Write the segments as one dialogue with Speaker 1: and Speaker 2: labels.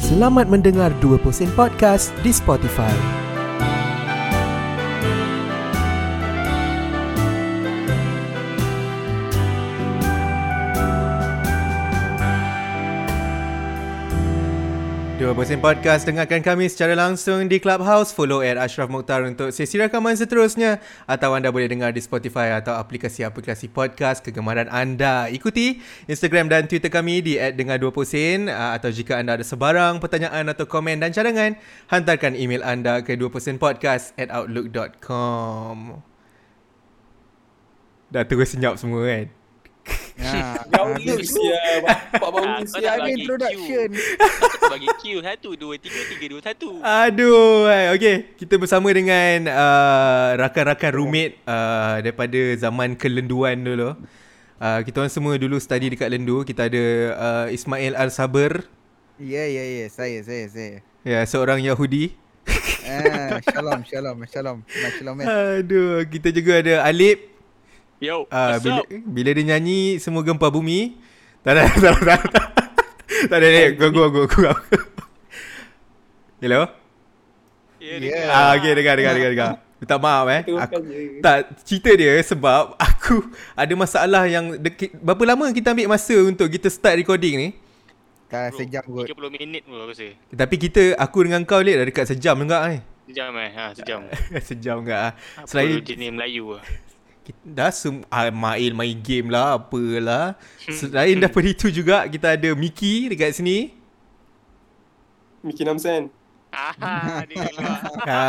Speaker 1: Selamat mendengar 2% Podcast di Spotify.
Speaker 2: Dua Persen Podcast dengarkan kami secara langsung di Clubhouse. Follow at Ashraf Mokhtar untuk sesi rakaman seterusnya. Atau anda boleh dengar di Spotify atau aplikasi-aplikasi podcast kegemaran anda. Ikuti Instagram dan Twitter kami di at Dengar Dua Persen. Uh, Atau jika anda ada sebarang pertanyaan atau komen dan cadangan, hantarkan email anda ke 2%podcast at outlook.com. Dah terus senyap semua kan?
Speaker 3: Ya.
Speaker 4: Jauh lu sia. Bapak bau
Speaker 5: Ah, kau
Speaker 4: sia
Speaker 5: nak
Speaker 4: ni
Speaker 5: bagi
Speaker 4: introduction.
Speaker 5: Aku bagi cue Satu, dua, tiga, tiga, dua, satu
Speaker 2: Aduh, hai. okey. Kita bersama dengan uh, rakan-rakan roommate uh, daripada zaman kelenduan dulu. Uh, kita orang semua dulu study dekat Lendu. Kita ada uh, Ismail Al-Sabr,
Speaker 3: Ya, ya, ya. Saya, saya, saya.
Speaker 2: ya, seorang Yahudi.
Speaker 3: Ah, shalom, shalom, shalom. Shalom, eh. man.
Speaker 2: Aduh, kita juga ada Alip.
Speaker 5: Yo,
Speaker 2: Uh,
Speaker 3: Ah,
Speaker 5: what's
Speaker 2: bila,
Speaker 5: up?
Speaker 2: bila dia nyanyi semua gempa bumi. Tak ada, tak ada, tak ada. Tak ada, tak ada. Gua, gua, gua. Hello?
Speaker 5: Ya,
Speaker 3: yeah.
Speaker 5: dengar.
Speaker 2: Ah, okey, dengar, dengar, dengar, dengar. Minta maaf eh. Aku,
Speaker 4: Teruskan je.
Speaker 2: tak, cerita dia sebab aku ada masalah yang dek, berapa lama kita ambil masa untuk kita start recording ni?
Speaker 3: Tak
Speaker 5: Bro,
Speaker 3: sejam kot.
Speaker 5: 30 minit pun aku rasa
Speaker 2: Tapi kita, aku dengan kau Lid dah dekat sejam juga ni.
Speaker 5: Sejam eh ha, Sejam
Speaker 2: sejam juga ah.
Speaker 5: Apa
Speaker 2: Selain
Speaker 5: jenis Melayu lah
Speaker 2: kita dah sem- ah, main main game lah, apalah. Selain daripada itu juga kita ada Miki dekat sini.
Speaker 4: Mickey Namsen.
Speaker 5: Ah, dia keluar
Speaker 2: ha.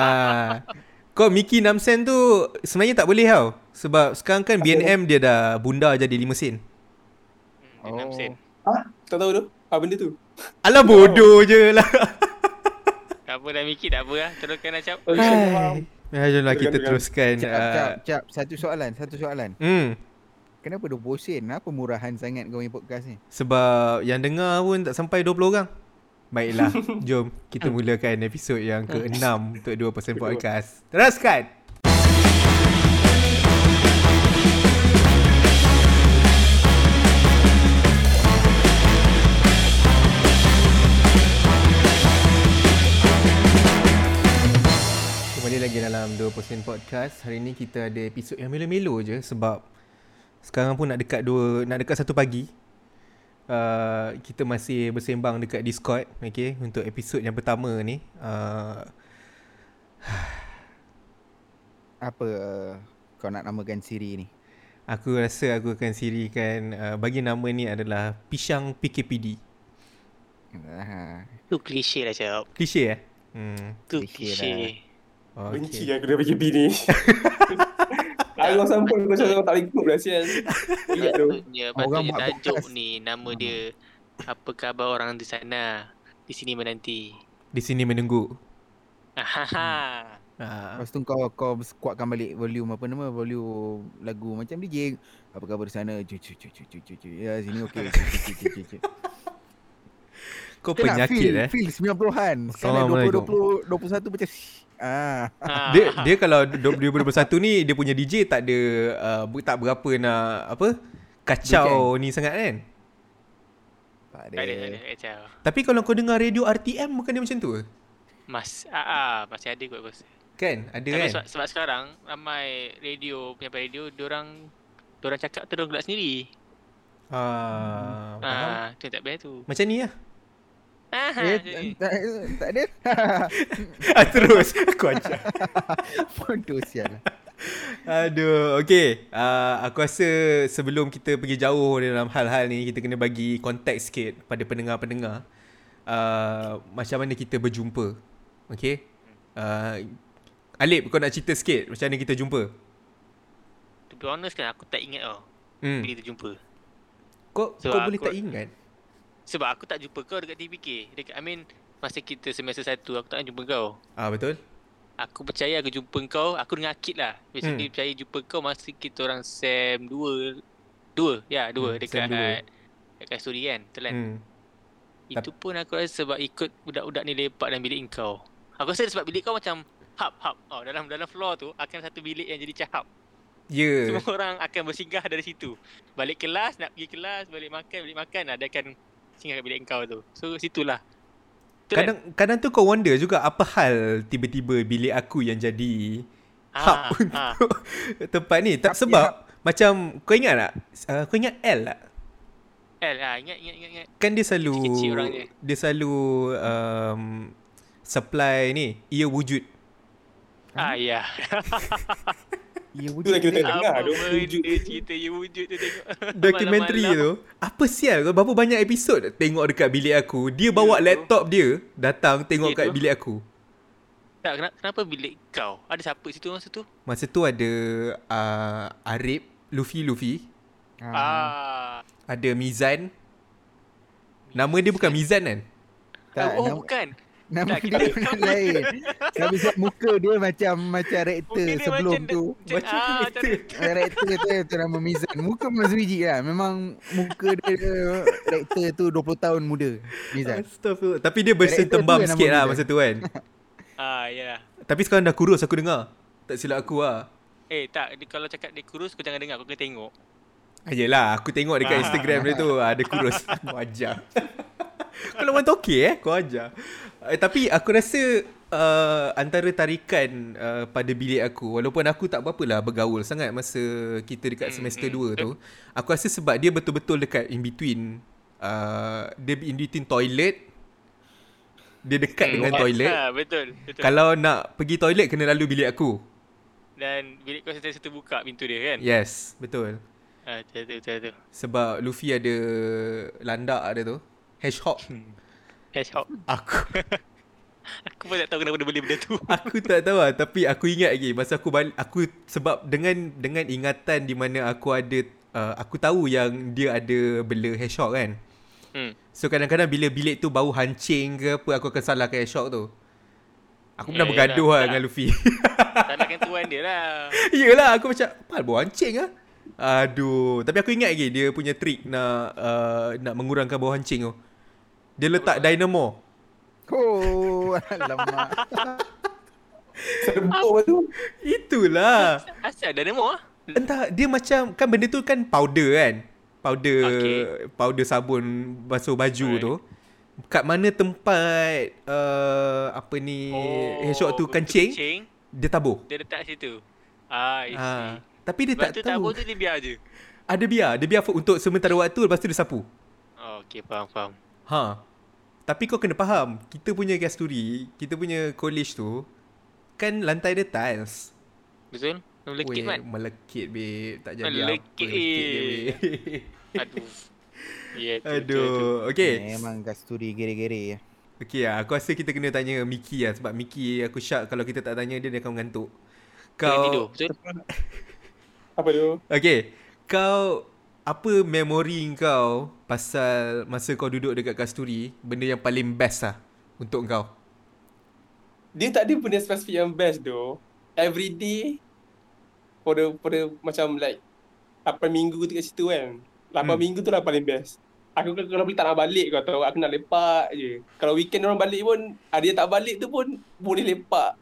Speaker 2: Kau Miki Namsen tu sebenarnya tak boleh tau. Sebab sekarang kan BNM dia dah bunda jadi 5 sen.
Speaker 5: Dia enam
Speaker 3: Oh.
Speaker 5: sen
Speaker 4: Ha? Tak tahu tu? Apa benda tu?
Speaker 2: Alah bodoh je lah.
Speaker 5: Tak apa dah mikir tak apa lah Teruskan Acap
Speaker 4: Oh, shit, faham.
Speaker 2: Hai. Ya, jomlah kita
Speaker 4: Tergantung.
Speaker 2: teruskan.
Speaker 3: Cap,
Speaker 2: ah.
Speaker 3: cap, cap. Satu soalan, satu soalan.
Speaker 2: Hmm.
Speaker 3: Kenapa dah bosin? Apa murahan sangat kau punya podcast ni?
Speaker 2: Sebab yang dengar pun tak sampai 20 orang. Baiklah, jom kita mulakan episod yang ke-6 untuk 2% podcast. Teruskan. Kembali lagi dalam 2% podcast. Hari ni kita ada episod yang melo-melo je sebab sekarang pun nak dekat dua nak dekat satu pagi. Uh, kita masih bersembang dekat Discord okay, untuk episod yang pertama ni. Uh,
Speaker 3: Apa uh, kau nak namakan siri ni?
Speaker 2: aku rasa aku akan sirikan uh, bagi nama ni adalah Pisang PKPD.
Speaker 3: Ah,
Speaker 5: Tu klise lah Acap
Speaker 2: Klise eh? Hmm.
Speaker 5: Tu
Speaker 3: Klise lah.
Speaker 5: klise
Speaker 4: Benci kan eh? aku dah pergi ni. Aku sampul kau cakap tak boleh ikut lah sial. Gitu.
Speaker 5: Patutnya
Speaker 3: Orang
Speaker 5: Patutnya
Speaker 3: buat
Speaker 5: tajuk
Speaker 3: podcast. Hmm.
Speaker 5: ni Nama dia Apa khabar orang di sana Di sini menanti
Speaker 2: Di sini menunggu.
Speaker 5: Ahaha
Speaker 2: Uh,
Speaker 3: Lepas tu kau kau kuatkan balik volume apa nama volume lagu macam DJ. Apa khabar di sana? Cu cu cu cu cu cu. cu. Ya sini okey. Cu, cu, cu, cu, cu, cu.
Speaker 2: kau
Speaker 3: Kau nak
Speaker 2: penyakit eh.
Speaker 3: Feel 90-an. Sekarang
Speaker 2: Assalamualaikum.
Speaker 3: 20 20 21 macam ah.
Speaker 5: Ah.
Speaker 2: Dia dia kalau du- 2021 ni dia punya DJ tak ada uh, ber- tak berapa nak apa kacau ni sangat kan.
Speaker 3: Tak
Speaker 5: Tak Ah, ada, tak
Speaker 3: ada.
Speaker 5: ada Acap
Speaker 2: Tapi kalau kau dengar radio RTM bukan dia macam tu ke?
Speaker 5: Mas, ah, ah, masih ada kot aku rasa
Speaker 2: Kan? Ada
Speaker 5: Tapi
Speaker 2: kan?
Speaker 5: sebab, sebab sekarang ramai radio penyampai radio diorang diorang cakap terus gelak sendiri.
Speaker 2: Ah, faham. ya.
Speaker 5: Ah, tu yang tak best tu.
Speaker 2: Macam ni lah.
Speaker 5: Ah,
Speaker 3: Eh,
Speaker 5: jadi-
Speaker 3: tak, tak ada.
Speaker 2: Ah, Terus aku ajak.
Speaker 3: Bodoh sial.
Speaker 2: Aduh, okay. Uh, aku rasa sebelum kita pergi jauh dalam hal-hal ni, kita kena bagi konteks sikit pada pendengar-pendengar. Uh, macam mana kita berjumpa. Okay? Uh, Alip, kau nak cerita sikit macam mana kita jumpa?
Speaker 5: To be honest kan aku tak ingat tau
Speaker 2: Hmm.
Speaker 5: bila kita jumpa.
Speaker 2: Kau, so,
Speaker 5: So,
Speaker 2: kau boleh
Speaker 5: aku-
Speaker 2: tak ingat?
Speaker 5: Sebab aku tak jumpa kau dekat TPK. Dekat I mean masa kita semester satu aku tak nak jumpa kau.
Speaker 2: Ah betul.
Speaker 5: Aku percaya aku jumpa kau, aku dengan Akid lah.
Speaker 2: Hmm.
Speaker 5: Basically percaya jumpa kau masa kita orang SEM 2. 2, ya 2
Speaker 2: Hmm,
Speaker 5: dekat
Speaker 2: SEM dua.
Speaker 5: uh, dekat studi kan, betul kan?
Speaker 2: Hmm.
Speaker 5: Itu pun aku rasa sebab ikut budak-budak ni lepak dalam bilik kau. Aku rasa sebab bilik kau macam hub hub. Oh, dalam dalam floor tu akan satu bilik yang jadi macam hub.
Speaker 3: Eh.
Speaker 2: Ya.
Speaker 5: Semua orang akan bersinggah dari situ. Balik kelas, nak pergi kelas, balik makan, balik makan, ada akan singgah kat bilik kau tu. So situlah.
Speaker 2: Kadang kadang tu kau wonder juga apa hal tiba-tiba bilik aku yang jadi hub
Speaker 5: Ah,
Speaker 2: untuk
Speaker 5: ah.
Speaker 2: tempat ni. Tak sebab macam kau ingat tak? Uh, kau ingat L tak?
Speaker 5: L ah, ingat ingat ingat ingat.
Speaker 2: Kan dia selalu
Speaker 5: Kecil-kecil orang dia.
Speaker 2: dia selalu um, supply ni ia wujud.
Speaker 5: Ah ya.
Speaker 3: Ya
Speaker 4: Tu
Speaker 3: wujud
Speaker 4: dah kita
Speaker 3: dia.
Speaker 4: tengok dengar
Speaker 5: Apa
Speaker 4: dia wujud.
Speaker 5: benda cerita you wujud tu tengok.
Speaker 2: Dokumentari
Speaker 5: Malam-malam.
Speaker 2: tu Apa sial kau Berapa banyak episod Tengok dekat bilik aku Dia bawa
Speaker 5: Ya, tu.
Speaker 2: laptop dia Datang tengok
Speaker 5: Ya
Speaker 2: kat
Speaker 5: tu.
Speaker 2: bilik aku
Speaker 5: Tak kenapa, kenapa bilik kau? Ada siapa situ masa tu?
Speaker 2: Masa tu ada uh, Arif Luffy Luffy
Speaker 3: Ah,
Speaker 5: Ah.
Speaker 2: Ada Mizan Nama dia bukan Mizan kan
Speaker 3: tak,
Speaker 5: oh,
Speaker 3: nama-
Speaker 5: bukan.
Speaker 3: Nama
Speaker 5: Tak,
Speaker 3: dia
Speaker 5: kita-
Speaker 3: orang lain. Tapi sebab muka dia macam macam rektor
Speaker 5: Mungkin dia
Speaker 3: sebelum
Speaker 5: macam-
Speaker 3: tu.
Speaker 5: Macam, ah, macam
Speaker 3: Eh, Rektor tu tu nama Mizan. Muka memang Zuiji lah. Memang muka dia rektor tu 20 tahun muda. Mizan.
Speaker 2: Astagfirullah Tapi dia bersin
Speaker 3: Director tu
Speaker 2: tembam
Speaker 3: yang nama
Speaker 2: sikit lah
Speaker 3: Mizan.
Speaker 2: Masa tu kan
Speaker 5: Ah, ya.
Speaker 2: Tapi sekarang dah kurus aku dengar Tak silap aku lah
Speaker 5: Eh, tak. Dia, kalau cakap dia kurus, kau jangan dengar. Kau kena tengok.
Speaker 2: Ah, Yelah aku tengok
Speaker 5: Ah.
Speaker 2: dekat Instagram dia tu Ada kurus Kau ajar Kau lawan toke eh Kau ajar uh, Tapi aku rasa uh, Antara tarikan uh, Pada bilik aku Walaupun aku tak berapa lah Bergaul sangat Masa kita
Speaker 5: Hmm,
Speaker 2: dekat semester 2 tu Aku rasa sebab dia betul-betul Dekat in between uh, Dia in between toilet Dia dekat
Speaker 5: Hmm,
Speaker 2: dengan
Speaker 5: buat.
Speaker 2: toilet
Speaker 5: Ah, betul. betul.
Speaker 2: Kalau nak pergi toilet Kena lalu bilik aku
Speaker 5: Dan bilik kau sentiasa terbuka pintu
Speaker 2: Ya.
Speaker 5: dia kan?
Speaker 2: Yes Betul
Speaker 5: Ah, betul, betul, betul, betul.
Speaker 2: Sebab Luffy ada landak ada tu. Hedgehog.
Speaker 5: Hedgehog.
Speaker 2: Aku
Speaker 5: Aku pun tak tahu kenapa dia beli benda tu.
Speaker 2: aku tak tahu lah tapi aku ingat lagi masa aku balik aku sebab dengan dengan ingatan di mana aku ada uh, aku tahu yang dia ada bela hedgehog kan.
Speaker 5: Hmm.
Speaker 2: So kadang-kadang bila bilik tu bau hancing ke apa aku akan salahkan hedgehog tu. Aku pernah
Speaker 5: Ya,
Speaker 2: bergaduh
Speaker 5: yelah,
Speaker 2: lah
Speaker 5: tak.
Speaker 2: dengan Luffy.
Speaker 5: tak nakkan tuan dia lah.
Speaker 2: Yelah aku macam Apa bau hancing ah. Aduh, tapi aku ingat lagi dia punya trick nak uh, nak mengurangkan bau hancing tu. Dia letak dynamo.
Speaker 3: Oh, alamak.
Speaker 4: Serbuk tu.
Speaker 2: Itulah.
Speaker 5: Asal ada demo ah?
Speaker 2: Entah dia macam kan benda tu kan powder kan. Powder okay.
Speaker 5: Okay.
Speaker 2: powder sabun basuh baju
Speaker 5: Alright.
Speaker 2: right. tu. Kat mana tempat uh, apa ni oh, hedgehog tu
Speaker 5: betul
Speaker 2: kencing,
Speaker 5: kencing.
Speaker 2: dia tabur.
Speaker 5: Dia letak situ. Ah, I see.
Speaker 2: Ha. Tapi dia
Speaker 5: Lepas
Speaker 2: tak
Speaker 5: tu tak
Speaker 2: tahu.
Speaker 5: tu dia biar je.
Speaker 2: Ada biar, dia biar for- untuk sementara waktu lepas tu dia sapu.
Speaker 5: Oh, okay, faham, faham.
Speaker 2: Ha. Tapi kau kena faham, kita punya kasturi, kita punya college tu kan lantai dia tiles.
Speaker 5: Betul? Melekit
Speaker 2: Weh,
Speaker 5: kan?
Speaker 2: Melekit babe, tak jadi
Speaker 5: Melekit,
Speaker 2: apa. Melekit dia, babe.
Speaker 5: Aduh. Ya, tu, tu, tu.
Speaker 2: Aduh. Okay.
Speaker 3: Memang kasturi gere-gere.
Speaker 2: Okay lah. Aku rasa kita kena tanya Miki lah. Sebab Miki aku syak kalau kita tak tanya dia, dia akan mengantuk.
Speaker 5: Kau
Speaker 2: Kau...
Speaker 5: tidur, betul?
Speaker 4: Apa tu?
Speaker 2: Okay. Kau... Apa memori kau pasal masa kau duduk dekat Kasturi? Benda yang paling best lah untuk kau.
Speaker 4: Dia tak ada benda spesifik yang best tu. Every day for the, for the macam like 8 minggu tu kat situ kan. 8
Speaker 2: Hmm.
Speaker 4: minggu tu lah paling best. Aku kan kalau- kalau boleh tak nak balik kau tahu. Aku nak lepak je. Kalau weekend orang balik pun, ada yang tak balik tu pun boleh lepak.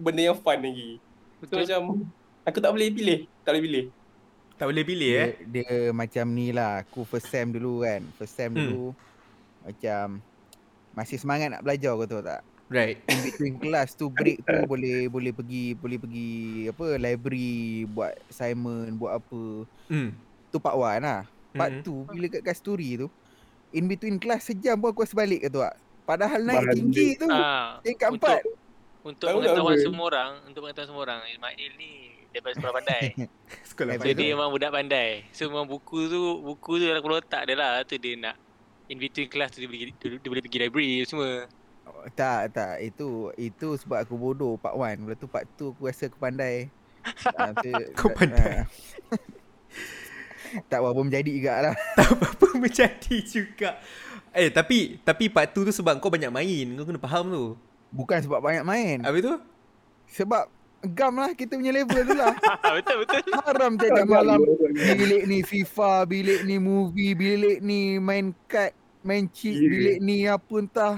Speaker 4: Benda yang fun lagi. So
Speaker 5: Betul.
Speaker 4: macam aku tak boleh pilih. Tak boleh pilih.
Speaker 2: Tak boleh pilih eh.
Speaker 3: Dia, dia macam ni lah. Aku first sem dulu kan. First sem
Speaker 2: Hmm.
Speaker 3: dulu. Macam masih semangat nak belajar kau tahu tak?
Speaker 2: Right.
Speaker 3: In between kelas tu break tu boleh boleh pergi boleh pergi apa library buat assignment buat apa.
Speaker 2: Hmm.
Speaker 3: Tu part 1 lah. Part
Speaker 2: Mhm.
Speaker 3: mm-hmm. tu bila kat kasturi tu in between kelas sejam pun aku rasa balik ke tu ah. Padahal naik
Speaker 4: Balik.
Speaker 3: tinggi tu.
Speaker 5: Ah,
Speaker 3: Tingkat
Speaker 5: Untuk-
Speaker 3: empat
Speaker 5: untuk
Speaker 4: Tahu tak
Speaker 5: pengetahuan
Speaker 4: apa?
Speaker 5: semua orang, untuk pengetahuan semua orang, Ismail ni daripada sekolah pandai.
Speaker 2: Sekolah
Speaker 3: Eh,
Speaker 5: so, dia
Speaker 2: pandai.
Speaker 5: memang budak pandai. So, memang buku tu, buku tu dalam kepala otak dia lah. Tu dia nak in between kelas tu dia boleh, dia, dia boleh pergi library semua.
Speaker 3: Oh, Tak tak itu itu sebab aku bodoh part 1. Lepas tu part 2 aku rasa aku pandai. Ah, tu-
Speaker 2: Kau pandai.
Speaker 3: ah. tak apa menjadi juga lah.
Speaker 2: apa menjadi juga. Eh tapi tapi part tu tu sebab kau banyak main. Kau kena faham tu.
Speaker 3: Bukan sebab banyak main.
Speaker 2: Habis tu?
Speaker 3: Sebab gam lah kita punya level tu lah.
Speaker 5: Ah, betul, betul.
Speaker 3: Haram jajan malam. Bilik ni FIFA, bilik ni movie, bilik ni main kad, main cheat,
Speaker 4: Yeah.
Speaker 3: bilik ni apa entah.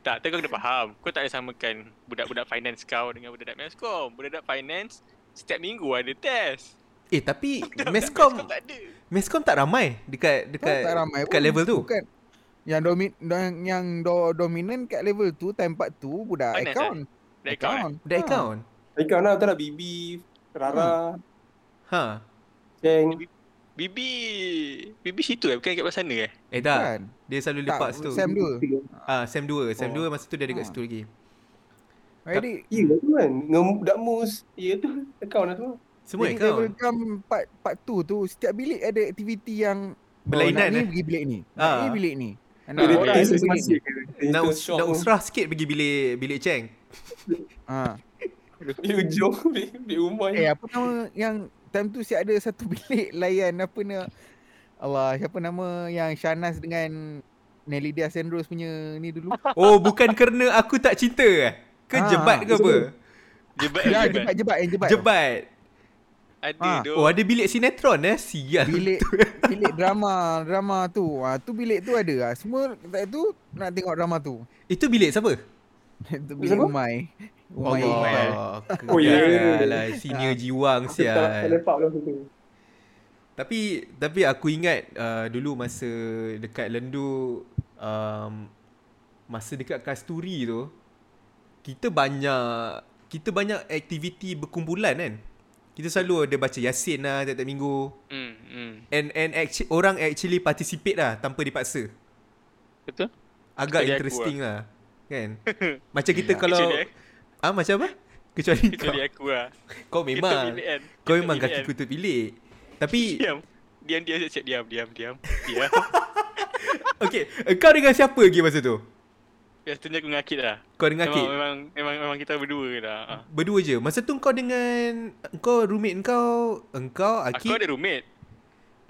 Speaker 5: Tak, tu kau kena faham. Kau tak boleh samakan budak-budak finance kau dengan budak-budak meskom. Budak-budak finance, setiap minggu ada test.
Speaker 2: Eh tapi
Speaker 5: Budak-budak
Speaker 2: meskom
Speaker 5: tak ada.
Speaker 2: Mescom tak ramai dekat dekat
Speaker 3: tak ramai
Speaker 2: dekat
Speaker 3: pun.
Speaker 2: level tu.
Speaker 3: Bukan Yang domin yang, yang do, dominan kat level tu time part tu budak Oh,
Speaker 5: Finance, eh?
Speaker 3: account.
Speaker 5: That account.
Speaker 2: Budak
Speaker 3: Ha.
Speaker 2: account.
Speaker 4: Ika nak tu lah Bibi,
Speaker 3: Hmm.
Speaker 4: Rara,
Speaker 2: Ha.
Speaker 4: Cheng.
Speaker 5: Bibi Bibi situ eh Bukan kat belah sana eh
Speaker 2: Eh tak.
Speaker 3: Kan?
Speaker 2: Dia selalu
Speaker 3: Tak,
Speaker 2: lepak situ.
Speaker 3: Sam dua.
Speaker 2: Ah, Sam 2. Sam
Speaker 4: Oh.
Speaker 2: 2 masa tu dia dekat
Speaker 3: Ha.
Speaker 2: situ lagi.
Speaker 3: Jadi
Speaker 4: Ya tu kan. Ngem dak mus. Ya tu account lah semua.
Speaker 2: Semua
Speaker 3: jadi
Speaker 2: account.
Speaker 3: level cam part, part 2 tu setiap bilik ada aktiviti yang
Speaker 2: Berlainan,
Speaker 3: oh, nak ni
Speaker 2: eh?
Speaker 3: pergi bilik ni. Nak
Speaker 2: Ah.
Speaker 3: ni bilik ni.
Speaker 4: Dia
Speaker 3: Anak
Speaker 5: Bilik
Speaker 4: dia
Speaker 3: orang
Speaker 4: taste
Speaker 3: ni bilik ni.
Speaker 4: masih.
Speaker 2: Nak, us- nak usrah sikit pergi bilik bilik Cheng.
Speaker 3: Ha.
Speaker 4: Dia ujung di rumah.
Speaker 3: Eh apa nama yang time tu si ada satu bilik layan apa nak Allah siapa nama yang Shanas dengan Nelly Diaz and Rose punya ni dulu.
Speaker 2: Oh, bukan kerana aku tak cinta eh? Ke
Speaker 3: Ha,
Speaker 2: jebat ke apa?
Speaker 3: betul.
Speaker 5: Jebat
Speaker 3: ya
Speaker 5: jebat.
Speaker 3: jebat jebat yang jebat. tu.
Speaker 2: Jebat.
Speaker 5: Ada
Speaker 3: Ah.
Speaker 5: doh
Speaker 2: Oh, ada bilik sinetron eh? Sial.
Speaker 3: Bilik bilik drama drama tu. Ha, tu bilik tu ada. Ha. Semua kat tu nak tengok drama tu.
Speaker 2: Itu bilik siapa?
Speaker 3: tu bilik
Speaker 4: Siapa?
Speaker 3: Umai. Umai. Iqbal.
Speaker 2: Allah.
Speaker 4: Oh, ya.
Speaker 2: Alah, senior jiwang
Speaker 4: Aku tak tak
Speaker 2: sial.
Speaker 4: lepak lah tu.
Speaker 2: Tapi tapi aku ingat uh, dulu masa dekat Lendu um, masa dekat Kasturi tu kita banyak kita banyak aktiviti berkumpulan kan. Kita selalu ada baca Yasin lah tiap-tiap minggu.
Speaker 5: hmm, hmm.
Speaker 2: And and actually, orang actually participate lah tanpa dipaksa.
Speaker 5: Betul
Speaker 2: Agak
Speaker 5: Kecuali aku
Speaker 2: interesting lah. Kan? macam kita kalau
Speaker 5: Kecuali-
Speaker 2: ah macam apa? Kecuali kau.
Speaker 5: Kecuali aku lah
Speaker 2: Kau
Speaker 5: Ketuk
Speaker 2: memang
Speaker 5: bilik kan
Speaker 2: kau
Speaker 5: Ketuk
Speaker 2: memang
Speaker 5: bilik
Speaker 2: kaki
Speaker 5: kan. Ya.
Speaker 2: kutut bilik. Tapi
Speaker 5: Diam Diam diam siap diam diam diam Diam
Speaker 2: Okay Kau dengan siapa lagi masa tu?
Speaker 5: Biasanya aku ngakit lah
Speaker 2: Kau dengan
Speaker 5: Memang,
Speaker 2: Kit?
Speaker 5: memang, memang, memang kita berdua lah Ah.
Speaker 2: Berdua je Masa tu kau dengan Kau roommate kau Engkau Akid
Speaker 5: Aku ada roommate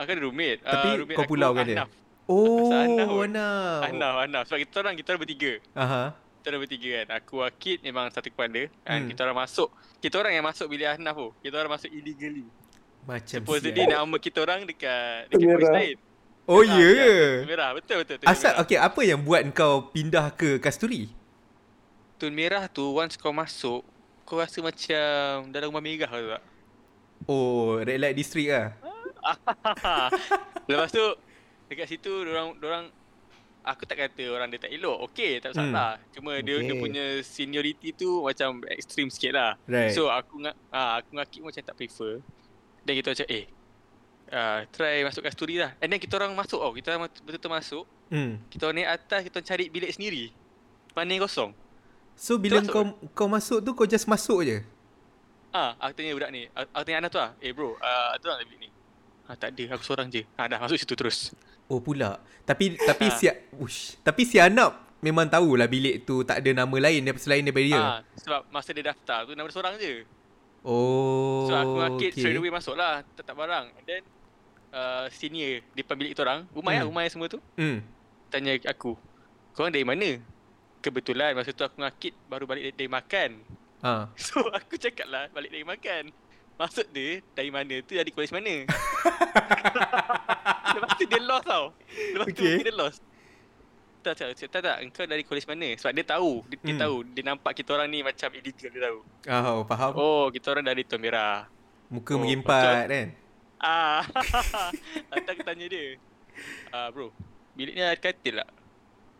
Speaker 5: Aku ada roommate Ah,
Speaker 2: Tapi
Speaker 5: roommate
Speaker 2: kau
Speaker 5: aku,
Speaker 2: pulau kan dia?
Speaker 5: Ahnaf.
Speaker 2: Oh
Speaker 5: Sahnah pun.
Speaker 2: Anaf
Speaker 5: Ahnaf Ahnaf Sebab kita orang Kita orang bertiga
Speaker 2: Aha.
Speaker 5: Kita orang bertiga kan Aku Akid memang satu kepala Dan
Speaker 2: Hmm.
Speaker 5: kita orang masuk Kita orang yang masuk bilik Ahnaf tu Kita orang masuk illegally
Speaker 2: Macam
Speaker 5: Supposedly
Speaker 2: sial.
Speaker 5: nama kita orang dekat Dekat polis
Speaker 4: Merah.
Speaker 5: lain
Speaker 2: Oh
Speaker 5: Ah,
Speaker 2: ya yeah.
Speaker 5: Tun Merah betul betul Tun
Speaker 2: Asal
Speaker 5: Merah.
Speaker 2: okay, apa yang buat kau pindah ke Kasturi?
Speaker 5: Tun Merah tu Once kau masuk Kau rasa macam Dalam rumah merah tu tak
Speaker 2: Oh, Red Light District lah.
Speaker 5: Lepas tu Dekat situ orang orang Aku tak kata orang dia tak elok Okay tak
Speaker 2: Hmm.
Speaker 5: salah Cuma dia, dia
Speaker 3: Okay.
Speaker 5: punya seniority tu Macam extreme sikit lah
Speaker 2: Right.
Speaker 5: So aku ngak, ah, aku ngakik macam tak prefer. Dan kita macam eh uh, try masuk kasturi lah. And then kita orang masuk oh, kita orang betul-betul masuk.
Speaker 2: hmm.
Speaker 5: Kita orang naik atas, kita orang cari bilik sendiri. Mana yang kosong.
Speaker 2: So bila
Speaker 5: Terus-
Speaker 2: kau kau masuk tu kau just masuk je.
Speaker 5: Ah, aku tanya budak ni, aku aku tanya anak tu ah, eh bro, uh, tu nak bilik ni. Ah tak ada, aku seorang je. Ah dah masuk situ terus.
Speaker 2: Oh pula. Tapi tapi
Speaker 5: Ha.
Speaker 2: si ush, tapi si Anap memang tahulah bilik tu tak ada nama lain daripada selain daripada dia.
Speaker 5: Ah sebab masa dia daftar tu nama dia seorang je.
Speaker 2: Oh.
Speaker 5: So aku ngakik
Speaker 2: okay.
Speaker 5: straight away masuk lah, tak tak barang. And then uh, senior depan bilik kita orang, rumah ya,
Speaker 2: Hmm.
Speaker 5: rumah semua tu.
Speaker 2: Hmm.
Speaker 5: tanya aku Korang dari mana? Kebetulan masa tu aku ngakit baru balik dari, dari makan
Speaker 2: Ah.
Speaker 5: So aku cakap lah balik dari makan Maksud dia dari mana tu dari kolej mana Lepas tu dia lost tau Lepas tu
Speaker 2: Okay.
Speaker 5: dia lost tak tak, tak tak tak engkau dari kolej mana sebab dia tahu dia, dia
Speaker 2: Hmm.
Speaker 5: tahu dia nampak kita orang ni macam illegal dia tahu
Speaker 2: Oh, faham.
Speaker 5: oh kita orang dari Tuan Merah
Speaker 2: Muka
Speaker 5: Oh,
Speaker 2: mengimpat kan.
Speaker 5: ah tak aku tanya dia ah bro bilik ni ada katil tak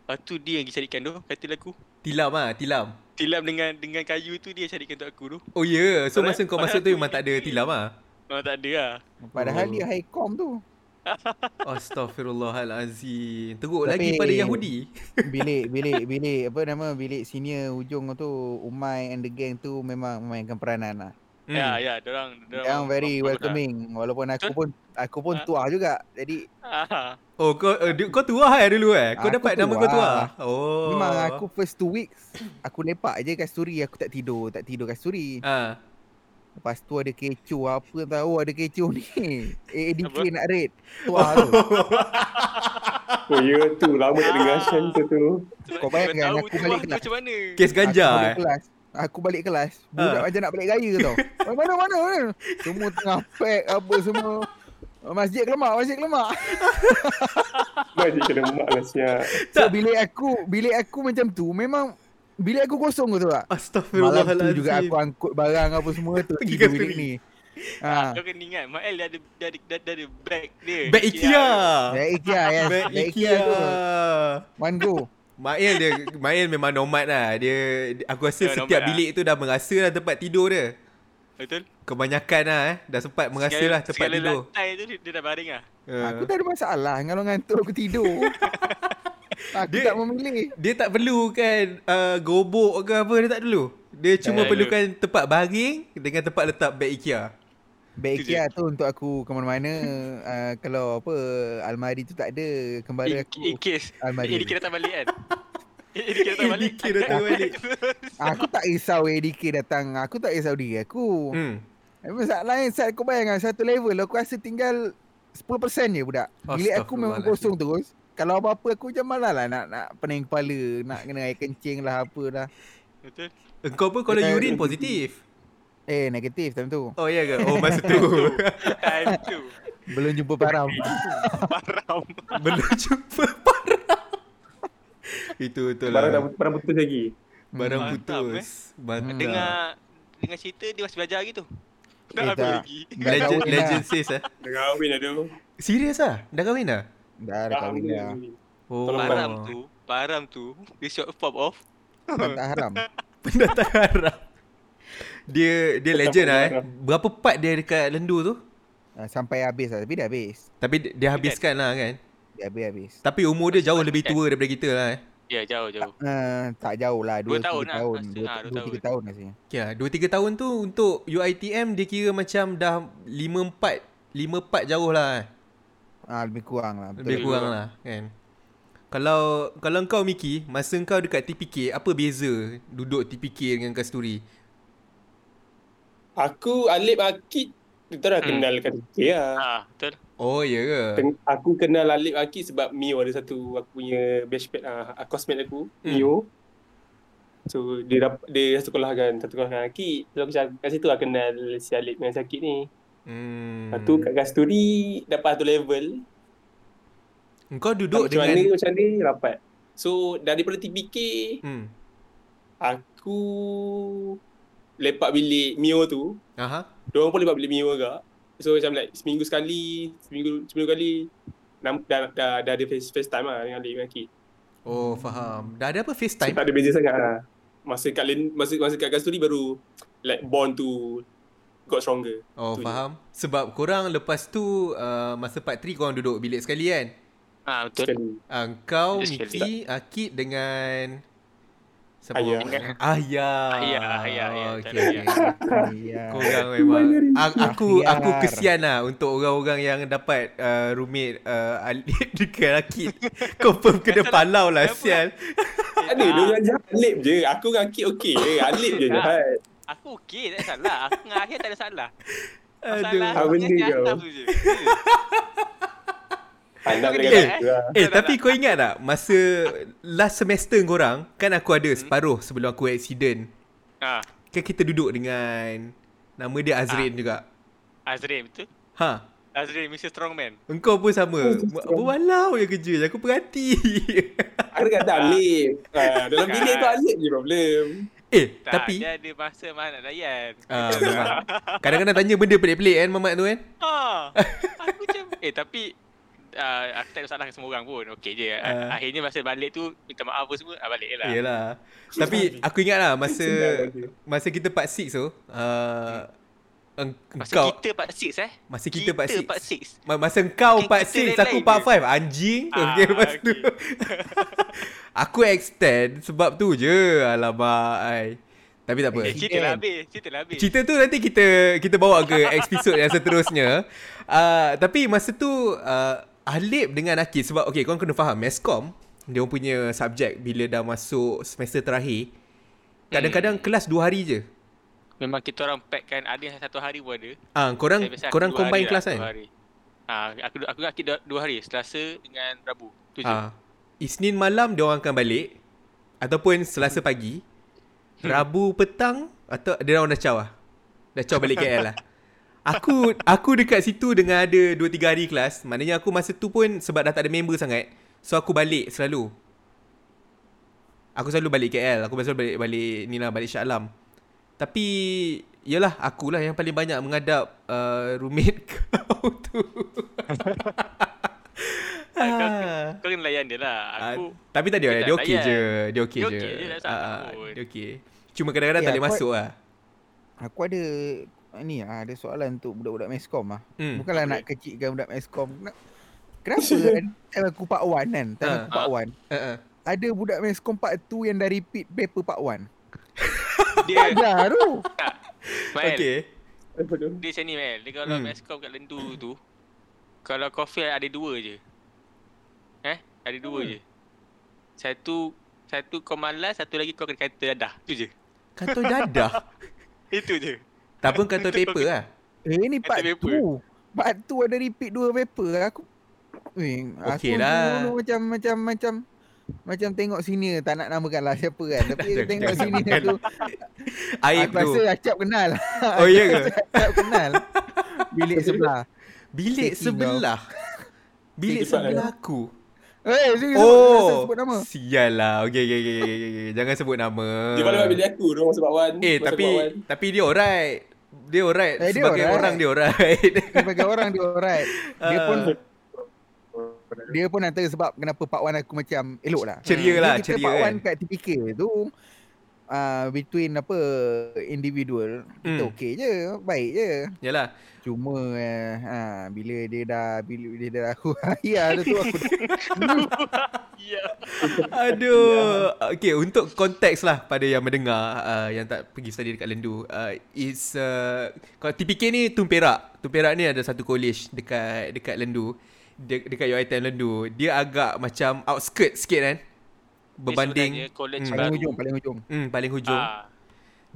Speaker 5: Lepas tu dia yang pergi carikan tu katil aku
Speaker 2: Tilam ah, tilam.
Speaker 5: tilam dengan dengan kayu tu dia carikan untuk aku tu.
Speaker 2: Oh ya, yeah. so
Speaker 5: Padahal-
Speaker 2: masa kau
Speaker 5: padahal
Speaker 2: masuk tu
Speaker 5: aku
Speaker 2: memang tak ada
Speaker 5: illegal.
Speaker 2: tilam ah.
Speaker 5: Memang tak ada lah.
Speaker 3: Padahal
Speaker 2: Oh.
Speaker 3: dia high com tu.
Speaker 2: Astaghfirullahalazim. Teruk lagi
Speaker 3: Tapi-
Speaker 2: pada Yahudi.
Speaker 3: Bilik bilik bilik apa nama bilik senior ujung tu Umai and the gang tu memang memainkan peranan lah.
Speaker 5: Hmm. Ya, ya, dorang dorang
Speaker 3: Yang very
Speaker 5: dorang-
Speaker 3: welcoming walaupun aku pun aku pun
Speaker 5: Ah.
Speaker 3: tuah juga. Jadi
Speaker 5: Ah,
Speaker 2: Oh, kau uh, du- kau tua eh dulu eh? Kau
Speaker 3: Aku
Speaker 2: dapat nama kau tua.
Speaker 3: tua. ah.
Speaker 2: Oh.
Speaker 3: memang aku first two weeks aku lepak je kasturi aku tak tidur, tak tidur kasturi.
Speaker 2: Ah.
Speaker 3: Lepas tu ada kecoh apa tahu ada kecoh ni. AADK
Speaker 5: Apa?
Speaker 3: nak raid. Tuah tu.
Speaker 4: Oh ya tu lama tak dengar Shen tu tu.
Speaker 5: sebab
Speaker 3: Kau bayangkan
Speaker 5: tahu
Speaker 3: aku
Speaker 5: tu
Speaker 3: balik
Speaker 5: aku
Speaker 3: kelas.
Speaker 5: Macam mana?
Speaker 2: Kes
Speaker 3: aku
Speaker 2: ganja
Speaker 3: balik
Speaker 2: eh.
Speaker 3: kelas. Aku balik kelas. Budak
Speaker 2: Ha.
Speaker 3: macam nak balik raya tau. Mana mana mana. mana? Semua tengah pack apa semua. Masjid kelemak, masjid kelemak.
Speaker 4: Mai dia kena mak lah siap.
Speaker 3: So bilik aku, bilik aku macam tu memang bilik aku kosong tu tak. Malam tu
Speaker 2: Astaghfirullahalazim.
Speaker 3: juga aku angkut barang apa semua tu
Speaker 2: Pergi
Speaker 3: tidur
Speaker 2: kasturi.
Speaker 3: bilik ni. Ah,
Speaker 5: Kau kena ingat Mael dah ada Dah ada, dah, dah ada bag dia Ya.
Speaker 2: Bag IKEA.
Speaker 3: Dari IKEA yes.
Speaker 2: Bag IKEA.
Speaker 3: Dari IKEA tu. One go.
Speaker 2: Mail dia Mail memang nomad lah. Dia aku rasa
Speaker 5: Ya, nomad
Speaker 2: setiap
Speaker 5: lah.
Speaker 2: bilik tu dah merasa lah tempat tidur dia.
Speaker 5: Betul
Speaker 2: Kebanyakan lah eh. Dah sempat merasa
Speaker 5: Segala-
Speaker 2: lah tempat
Speaker 5: segala
Speaker 2: tidur.
Speaker 5: lantai tu dia, dia dah baring lah
Speaker 2: Uh.
Speaker 3: Aku tak ada masalah kalau ngantuk aku tidur. aku
Speaker 2: Dia-
Speaker 3: tak memilih.
Speaker 2: Dia tak perlukan uh, gobok ke apa dia tak perlu. Dia cuma
Speaker 5: perlu.
Speaker 2: perlukan tempat baring dengan tempat letak beg IKEA.
Speaker 3: Beg
Speaker 5: Itu je.
Speaker 3: IKEA ya, tu untuk aku ke mana-mana ah, kalau apa almari tu tak ada
Speaker 5: in,
Speaker 3: kembali
Speaker 5: in
Speaker 3: aku.
Speaker 5: case
Speaker 3: almari.
Speaker 5: Ini kira datang balik kan Ini kira datang balik kan?
Speaker 2: ADK datang balik.
Speaker 3: Ah, Aku tak risau ADK datang. Aku tak risau diri aku.
Speaker 2: Hmm.
Speaker 3: Tapi Masalah lain Sat kau bayangkan Satu level Aku rasa tinggal 10% je budak Bilik aku memang
Speaker 2: Astaghfirullahaladzim.
Speaker 3: kosong terus Kalau apa-apa aku macam malas lah Nak, nak pening kepala Nak kena air kencing lah apa lah
Speaker 5: Betul
Speaker 2: Engkau pun kalau
Speaker 3: Betul.
Speaker 2: urine positif.
Speaker 3: Eh negatif time tu
Speaker 2: Oh ya ke? Oh masa tu.
Speaker 5: Time tu
Speaker 3: Belum jumpa Param
Speaker 5: Baram
Speaker 2: Belum jumpa parah. Itu betul
Speaker 4: Barang dah
Speaker 2: lah.
Speaker 4: barang putus lagi.
Speaker 2: Barang
Speaker 5: Mantap,
Speaker 2: putus. Mantap.
Speaker 5: Dengar Dengar cerita dia masih belajar lagi tu
Speaker 3: Eh,
Speaker 5: Tak habis
Speaker 3: tak.
Speaker 5: lagi
Speaker 3: Dah
Speaker 2: Legend,
Speaker 3: kahwin lah.
Speaker 2: legend says eh.
Speaker 4: Dah kahwin dah tu.
Speaker 2: Serius ah? Dah kahwin dah?
Speaker 3: Dah dah kahwin dah
Speaker 4: Alhamdulillah.
Speaker 2: Oh.
Speaker 4: Tolong
Speaker 5: Baram tu Baram tu Dia short form of
Speaker 3: Pantat haram
Speaker 2: Pendatang haram. Dia dia
Speaker 4: Pendatang
Speaker 2: legend lah eh.
Speaker 4: haram.
Speaker 2: Berapa part dia dekat lendu tu?
Speaker 3: Ah, Sampai habis lah Tapi dah habis
Speaker 2: Tapi dia- dia habiskan lah kan.
Speaker 3: Dia habis-habis
Speaker 2: Tapi umur dia jauh lebih tua daripada kita lah eh.
Speaker 5: Ya jauh jauh
Speaker 3: Uh, tak jauh lah 2-3
Speaker 5: Dua tahun
Speaker 3: tahun,
Speaker 5: lah,
Speaker 3: tahun.
Speaker 5: rasa.
Speaker 3: Dua,
Speaker 5: Ah, dua
Speaker 3: dua, tiga tahun lah rasanya
Speaker 2: Okay, 2-3 ah, tahun tu untuk UiTM dia kira macam dah 5-4 5-4 jauh lah eh.
Speaker 3: ah, Lebih kurang lah betul.
Speaker 2: Lebih kurang lah kan. Kalau kalau kau Miki, masa kau dekat TPK, apa beza duduk TPK dengan Kasturi?
Speaker 4: Aku Alip Akid kita dah
Speaker 5: Hmm.
Speaker 4: kenal kat dia lah.
Speaker 5: Ha betul
Speaker 2: Oh ya ke?
Speaker 4: Ken- Aku kenal Alip Aki sebab Mio ada satu aku punya batchmate ah uh, cosmate aku,
Speaker 2: Hmm.
Speaker 4: Mio. So dia dapat dia sekolah kan, satu sekolah dengan Aki. So aku kat situ lah kenal si Alip dengan si Aki ni.
Speaker 2: Hmm.
Speaker 4: Lepas tu kat Kasturi dapat satu level.
Speaker 2: Kau duduk
Speaker 4: macam mana
Speaker 2: dengan
Speaker 4: macam ni rapat. So daripada TBK
Speaker 2: Hmm.
Speaker 4: aku lepak bilik Mio tu.
Speaker 2: Aha.
Speaker 4: Diorang pun lepak bilik Mio agak. So macam like seminggu sekali, seminggu seminggu kali nam, dah, dah, dah, ada face, face time lah dengan Alip dengan Aki.
Speaker 2: Oh, faham. Dah ada apa
Speaker 4: So,
Speaker 2: FaceTime?
Speaker 4: tak ada beza sangat lah. Masa kat Lin, masa masa kat Kasturi baru like born to got stronger.
Speaker 2: Oh,
Speaker 4: Betul.
Speaker 2: faham. Sebab korang lepas tu uh, masa part 3 korang duduk bilik sekali kan?
Speaker 5: Ha betul
Speaker 4: Sekali.
Speaker 2: Uh, kau,
Speaker 5: Bilik sekali.
Speaker 2: Miki, Akid dengan... Siapa?
Speaker 4: Ayah.
Speaker 2: orang? Ayah.
Speaker 5: Ayah, Ayah, Ayah.
Speaker 2: Oh,
Speaker 5: Tak
Speaker 2: okay,
Speaker 5: ada
Speaker 2: okay.
Speaker 3: Ya.
Speaker 2: Korang memang A- Aku aku
Speaker 3: Akhir.
Speaker 2: kesian lah Untuk orang-orang yang dapat uh, Roommate uh, Alip dekat Akid Confirm kena palau lah
Speaker 5: Kenapa?
Speaker 2: Sial Ah.
Speaker 4: Ada dia orang jahat Alip je. Aku dengan Aki okey je. Alip je jahat.
Speaker 5: Aku okey tak ada salah Aku dengan akhir tak ada salah
Speaker 2: Aduh
Speaker 5: Masalah
Speaker 4: Apa
Speaker 5: aku dengan si
Speaker 4: benda kau?
Speaker 5: Ashraf tu je
Speaker 4: Pandang dia
Speaker 5: Eh,
Speaker 4: kata aku lah.
Speaker 2: Eh
Speaker 5: Tak, tak,
Speaker 2: tapi kau ingat tak Masa Last semester korang Kan aku
Speaker 5: Hmm.
Speaker 2: ada separuh Sebelum aku accident
Speaker 5: Ha
Speaker 2: Kan kita duduk dengan Nama dia
Speaker 5: Ah.
Speaker 2: Azrin juga
Speaker 5: Azrin betul
Speaker 2: Ha
Speaker 5: Azrin Mr. Strongman
Speaker 2: Engkau pun sama Berwalau je kerja je Aku perhati
Speaker 4: Aku kata Alip. Ah, dalam bilik tu Alip je problem.
Speaker 2: Eh
Speaker 5: tak,
Speaker 2: tapi
Speaker 5: Dia ada masa mana nak layan
Speaker 2: Ah, memang. Kadang-kadang tanya benda pelik-pelik kan Mamat tu kan
Speaker 5: Ha Aku macam Eh tapi uh, Aku tak ada salah dengan semua orang pun Okey je
Speaker 2: Ah.
Speaker 5: uh. Akhirnya masa balik tu Minta maaf apa semua ah, Balik je lah yeah.
Speaker 2: Yelah Tapi aku ingat lah Masa Masa kita part 6 tu uh,
Speaker 5: Masa
Speaker 2: Engkau
Speaker 5: kita part 6 eh
Speaker 2: Masa kita part six.
Speaker 5: part 6
Speaker 2: Ma- Masa kau
Speaker 5: Kita-
Speaker 2: part 6
Speaker 5: kita lain-lain
Speaker 2: Aku part
Speaker 5: je.
Speaker 2: 5 Anjing ah,
Speaker 5: Ah,
Speaker 2: okay, lepas tu
Speaker 5: okey.
Speaker 2: Aku extend Sebab tu je Alamak ai. Tapi tak apa
Speaker 5: Eh, cerita lah habis Cerita lah habis
Speaker 2: Cerita tu nanti kita Kita bawa ke episod yang seterusnya uh, Tapi masa tu uh, Alip dengan Akid Sebab okay korang kena faham Meskom Dia orang punya subjek Bila dah masuk semester terakhir Kadang-kadang
Speaker 5: Hmm.
Speaker 2: kelas 2 hari je
Speaker 5: Memang kita orang pack kan Ada yang satu hari pun ada
Speaker 2: Ah, korang
Speaker 5: Saya biasa aku
Speaker 2: korang
Speaker 5: dua
Speaker 2: combine
Speaker 5: hari
Speaker 2: kelas
Speaker 5: lah,
Speaker 2: kan?
Speaker 5: dua hari. Ah, aku aku aku dua, dua hari, Selasa dengan Rabu. Tu je.
Speaker 2: Ah. Isnin malam dia orang akan balik ataupun Selasa pagi. Rabu petang atau dia orang dah caw lah. Dah caw balik KL lah. Aku aku dekat situ dengan ada 2 3 hari kelas. Maknanya aku masa tu pun sebab dah tak ada member sangat. So aku balik selalu. Aku selalu balik KL. Aku selalu balik balik ni lah balik Shah Alam. Tapi Yelah akulah yang paling banyak mengadap uh, Roommate kau tu
Speaker 5: Ah, kau,
Speaker 2: Ah.
Speaker 5: kau kena layan dia lah. Aku
Speaker 2: Ah, Tapi tak dia,
Speaker 5: aku
Speaker 2: dia
Speaker 5: tak
Speaker 2: okey
Speaker 5: layan.
Speaker 2: je Dia okey
Speaker 5: Dia
Speaker 2: je
Speaker 5: okey je, tak
Speaker 2: Ah,
Speaker 5: salah
Speaker 2: ah,
Speaker 5: pun.
Speaker 2: Dia okey Cuma kadang-kadang
Speaker 3: Eh,
Speaker 2: tak boleh
Speaker 3: aku-
Speaker 2: masuk lah
Speaker 3: Aku ada ni ah, ada soalan untuk budak-budak meskom ah.
Speaker 2: Hmm.
Speaker 3: Hmm, Bukanlah
Speaker 5: apa
Speaker 3: nak kecilkan budak meskom. Nak, kenapa ada time aku part 1 kan? Time
Speaker 2: Ah.
Speaker 3: aku part 1.
Speaker 2: Ah, ah.
Speaker 3: Ada budak meskom part 2 yang dah repeat paper part 1.
Speaker 5: dia
Speaker 3: Dah tu.
Speaker 5: Mael,
Speaker 2: Okey
Speaker 4: Apa tu?
Speaker 5: dia macam ni Mael. Dia kalau
Speaker 2: Hmm.
Speaker 5: hmm. meskom kat lendu tu kalau kau fail ada dua je. Eh? Ada dua
Speaker 2: Hmm.
Speaker 5: je. Satu satu kau malas, satu lagi kau kena kata dadah. Itu je.
Speaker 2: Kantoi dadah
Speaker 5: Itu je.
Speaker 2: Tak pun kantoi paper lah
Speaker 3: Eh ni part
Speaker 5: paper.
Speaker 3: 2. Part 2 ada repeat dua paper. Aku Eh, aku
Speaker 2: Okey lah.
Speaker 3: dulu macam macam macam macam tengok sini tak nak namakan lah siapa kan tapi
Speaker 2: Jangan-
Speaker 3: tengok
Speaker 2: jangan
Speaker 3: sini
Speaker 2: namakan.
Speaker 3: aku
Speaker 2: Aib
Speaker 3: aku
Speaker 2: tu
Speaker 3: rasa Acap kenal
Speaker 2: Oh iya ke
Speaker 3: Acap kenal bilik sebelah
Speaker 2: Bilik
Speaker 3: Taking
Speaker 2: sebelah Bilik
Speaker 4: Taking
Speaker 2: sebelah aku
Speaker 3: eh sini
Speaker 2: Oh
Speaker 3: sebut nama
Speaker 2: Sial lah Okay okay okay, okay, okay. Jangan sebut nama
Speaker 4: Dia balik bilik aku, dia masuk part 1.
Speaker 2: Eh tapi Tapi dia alright Dia alright
Speaker 3: Eh, dia
Speaker 2: Sebagai
Speaker 3: alright.
Speaker 2: orang dia alright
Speaker 3: sebagai orang dia alright dia
Speaker 2: Ah,
Speaker 3: pun dia pun antara sebab kenapa part 1 aku macam elok
Speaker 5: Hmm.
Speaker 3: lah
Speaker 2: Ceria lah,
Speaker 3: Bila kita
Speaker 2: ceria
Speaker 3: part
Speaker 2: kan.
Speaker 3: 1 kat TPK tu uh, between apa individual kita
Speaker 2: Hmm.
Speaker 3: okey je baik je
Speaker 2: Yalah
Speaker 3: cuma uh, ha, bila dia dah bila dia dah aku ya tu aku
Speaker 5: Ya.
Speaker 2: Aduh. Okay, untuk konteks lah pada yang mendengar uh, yang tak pergi study dekat Lendu. Uh, is uh, kalau TPK ni Tun Perak. Tun Perak ni ada satu college dekat dekat Lendu. De- dekat UiTM Lendu. Dia agak macam outskirt sikit kan.
Speaker 5: Dia
Speaker 2: Berbanding
Speaker 5: sebenarnya college
Speaker 2: Hmm.
Speaker 5: baru.
Speaker 3: paling hujung paling hujung
Speaker 2: hmm, paling hujung.
Speaker 5: Ah,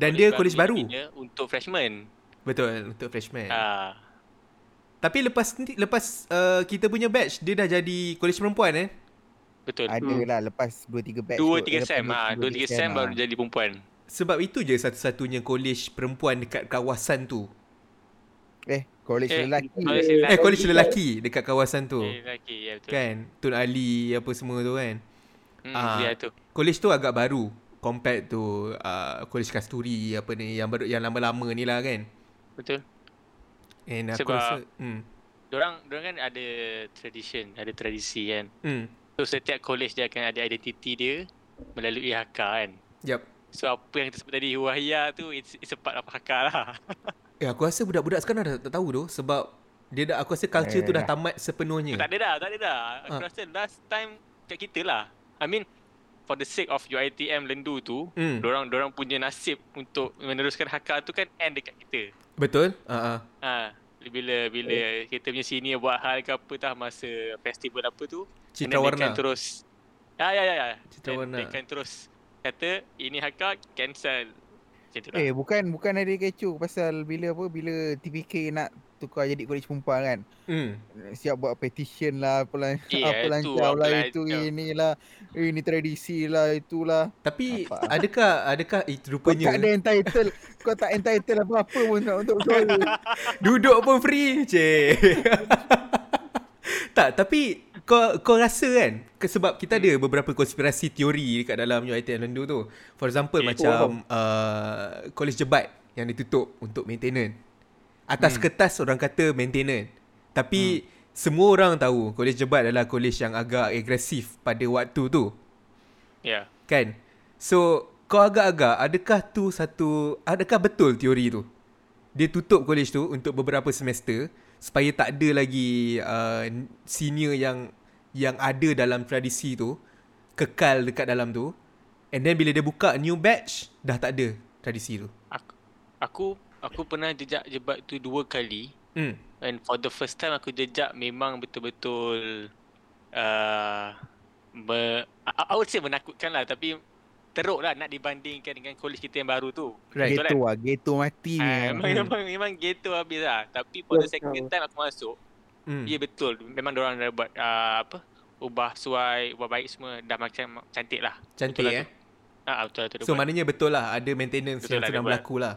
Speaker 2: Dan dia college baru.
Speaker 5: ni dia Untuk freshman.
Speaker 2: Betul, untuk freshman.
Speaker 5: ya. Ah.
Speaker 2: Tapi lepas ni- lepas uh, kita punya batch, dia dah jadi college perempuan eh.
Speaker 5: Betul.
Speaker 2: Ah,
Speaker 3: ada lah lepas 2 3 batch
Speaker 5: Dua
Speaker 3: kot.
Speaker 5: tiga
Speaker 3: Lepas
Speaker 5: sem ah,
Speaker 3: dua,
Speaker 5: dua
Speaker 3: tiga
Speaker 5: tiga sem
Speaker 3: ah.
Speaker 5: baru jadi perempuan.
Speaker 2: Sebab itu je satu-satunya college perempuan dekat kawasan tu.
Speaker 3: eh college
Speaker 5: Eh,
Speaker 3: lelaki
Speaker 5: college
Speaker 2: Eh, college lelaki dekat kawasan tu.
Speaker 5: Eh, lelaki, ya betul.
Speaker 2: Kan Tun Ali Apa semua tu kan
Speaker 5: Hmm,
Speaker 2: Ah.
Speaker 5: dia tu.
Speaker 2: College tu agak baru Compared to uh, College Kasturi Apa ni Yang baru yang lama-lama ni lah kan
Speaker 5: Betul.
Speaker 2: And aku rasa
Speaker 5: Sebab-
Speaker 2: hmm,
Speaker 5: Dorang dorang kan ada tradition, ada tradisi kan.
Speaker 2: hmm,
Speaker 5: So setiap college dia akan ada identiti dia melalui HK kan.
Speaker 2: Yap
Speaker 5: So apa yang kita sebut tadi Huahia tu it's, it's a part of HK lah.
Speaker 2: Eh aku rasa budak-budak sekarang dah tak tahu tu Sebab Dia dah Aku rasa culture tu dah
Speaker 3: Eh.
Speaker 2: tamat sepenuhnya
Speaker 5: tak ada dah, tak ada dah. Aku
Speaker 2: Ah.
Speaker 5: rasa last time kat kita lah. I mean for the sake of UiTM Lendu tu,
Speaker 2: Hmm.
Speaker 5: dorang dorang punya nasib untuk meneruskan HK tu kan end dekat kita.
Speaker 2: Betul uh-huh.
Speaker 5: Ha, bila bila kita punya senior buat hal ke apa tah masa festival apa tu and
Speaker 2: Citra
Speaker 5: then
Speaker 2: warna
Speaker 5: They can terus Ya ya ya ya
Speaker 2: Citra
Speaker 5: Then
Speaker 2: warna.
Speaker 5: They can terus Kata ini haka cancel Macam tu lah
Speaker 3: Eh bukan bukan ada kecoh pasal bila apa bila TPK nak tukar jadi college perempuan kan.
Speaker 2: hmm.
Speaker 3: Siap buat petition lah apa lah
Speaker 5: Eh,
Speaker 3: apa
Speaker 5: tu,
Speaker 3: lancar
Speaker 5: apa
Speaker 3: lah itu
Speaker 5: lancar.
Speaker 3: inilah ini tradisi lah itulah.
Speaker 2: Tapi
Speaker 3: Apa?
Speaker 2: Adakah Adakah eh,
Speaker 3: Kau tak ada
Speaker 2: Rupanya
Speaker 3: entitled kau tak entitled apa-apa pun nak untuk suara.
Speaker 2: Duduk pun free Cik Tak tapi kau kau rasa kan ke- sebab kita ada beberapa konspirasi teori dekat dalam UiTM Lendu tu. For example
Speaker 5: Eh,
Speaker 2: macam uh, college jebat yang ditutup untuk maintenance. Atas hmm. kertas orang kata maintenance. Tapi hmm. semua orang tahu college jebat adalah college yang agak agresif pada waktu tu.
Speaker 5: Ya
Speaker 2: Kan? So kau agak-agak adakah tu satu adakah betul teori tu? Dia tutup college tu untuk beberapa semester supaya tak ada lagi uh, senior yang yang ada dalam tradisi tu kekal dekat dalam tu. And then bila dia buka new batch dah tak ada tradisi tu.
Speaker 5: Aku Aku Aku pernah jejak jebat tu dua kali
Speaker 2: Hmm.
Speaker 5: And for the first time aku jejak memang betul-betul uh, me, I I would say menakutkan lah Tapi Teruk lah nak dibandingkan dengan college kita yang baru tu
Speaker 2: Right.
Speaker 5: Betul kan?
Speaker 3: Ghetto lah, ghetto mati ni.
Speaker 5: Ah, memang,
Speaker 2: Hmm.
Speaker 5: memang, memang ghetto habis lah Tapi for the
Speaker 4: Yes,
Speaker 5: second
Speaker 4: tahu.
Speaker 5: time aku masuk
Speaker 2: Hmm.
Speaker 5: Ya yeah, betul. Memang orang dah buat uh, apa? Ubah suai, ubah baik semua dah macam cantik lah.
Speaker 2: Cantik
Speaker 5: betul lah
Speaker 2: eh.
Speaker 5: Ah ah, betul lah tu. dia
Speaker 2: So
Speaker 5: buat.
Speaker 2: maknanya betul lah ada maintenance yang
Speaker 5: Betul lah dia
Speaker 2: sedang
Speaker 5: buat.
Speaker 2: berlaku lah.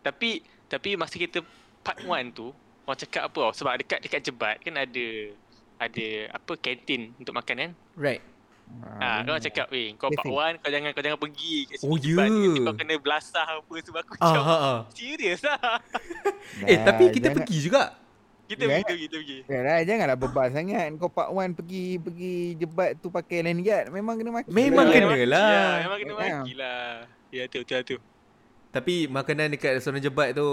Speaker 5: tapi tapi masa kita part 1 tu orang cakap apa tau sebab dekat dekat Jebat kan ada ada apa kantin untuk makan kan.
Speaker 2: Right.
Speaker 3: ah,
Speaker 5: Ha, kau orang cakap, "Weh, kau part
Speaker 3: Saving.
Speaker 5: 1, kau jangan kau jangan pergi kat sini
Speaker 2: Ah, ya. Oh, ya.
Speaker 5: sebab nanti kau kena belasah apa sebab aku
Speaker 2: Ah,
Speaker 5: macam
Speaker 2: ah, ah.
Speaker 5: serius lah."
Speaker 2: Eh
Speaker 3: Dah,
Speaker 2: tapi kita
Speaker 3: jangan-
Speaker 2: pergi juga.
Speaker 5: Kita
Speaker 3: Ya.
Speaker 5: pergi, kita pergi, kita pergi.
Speaker 3: Yalah, janganlah beban sangat. Kau Pak Wan pergi pergi jebat tu pakai lanyard. Memang kena maki.
Speaker 2: Memang
Speaker 5: Ya,
Speaker 2: kena
Speaker 5: maki
Speaker 2: lah.
Speaker 5: Ya, memang kena
Speaker 3: Ya.
Speaker 5: maki lah. Ya tu tu tu.
Speaker 2: Tapi makanan dekat restoran jebat tu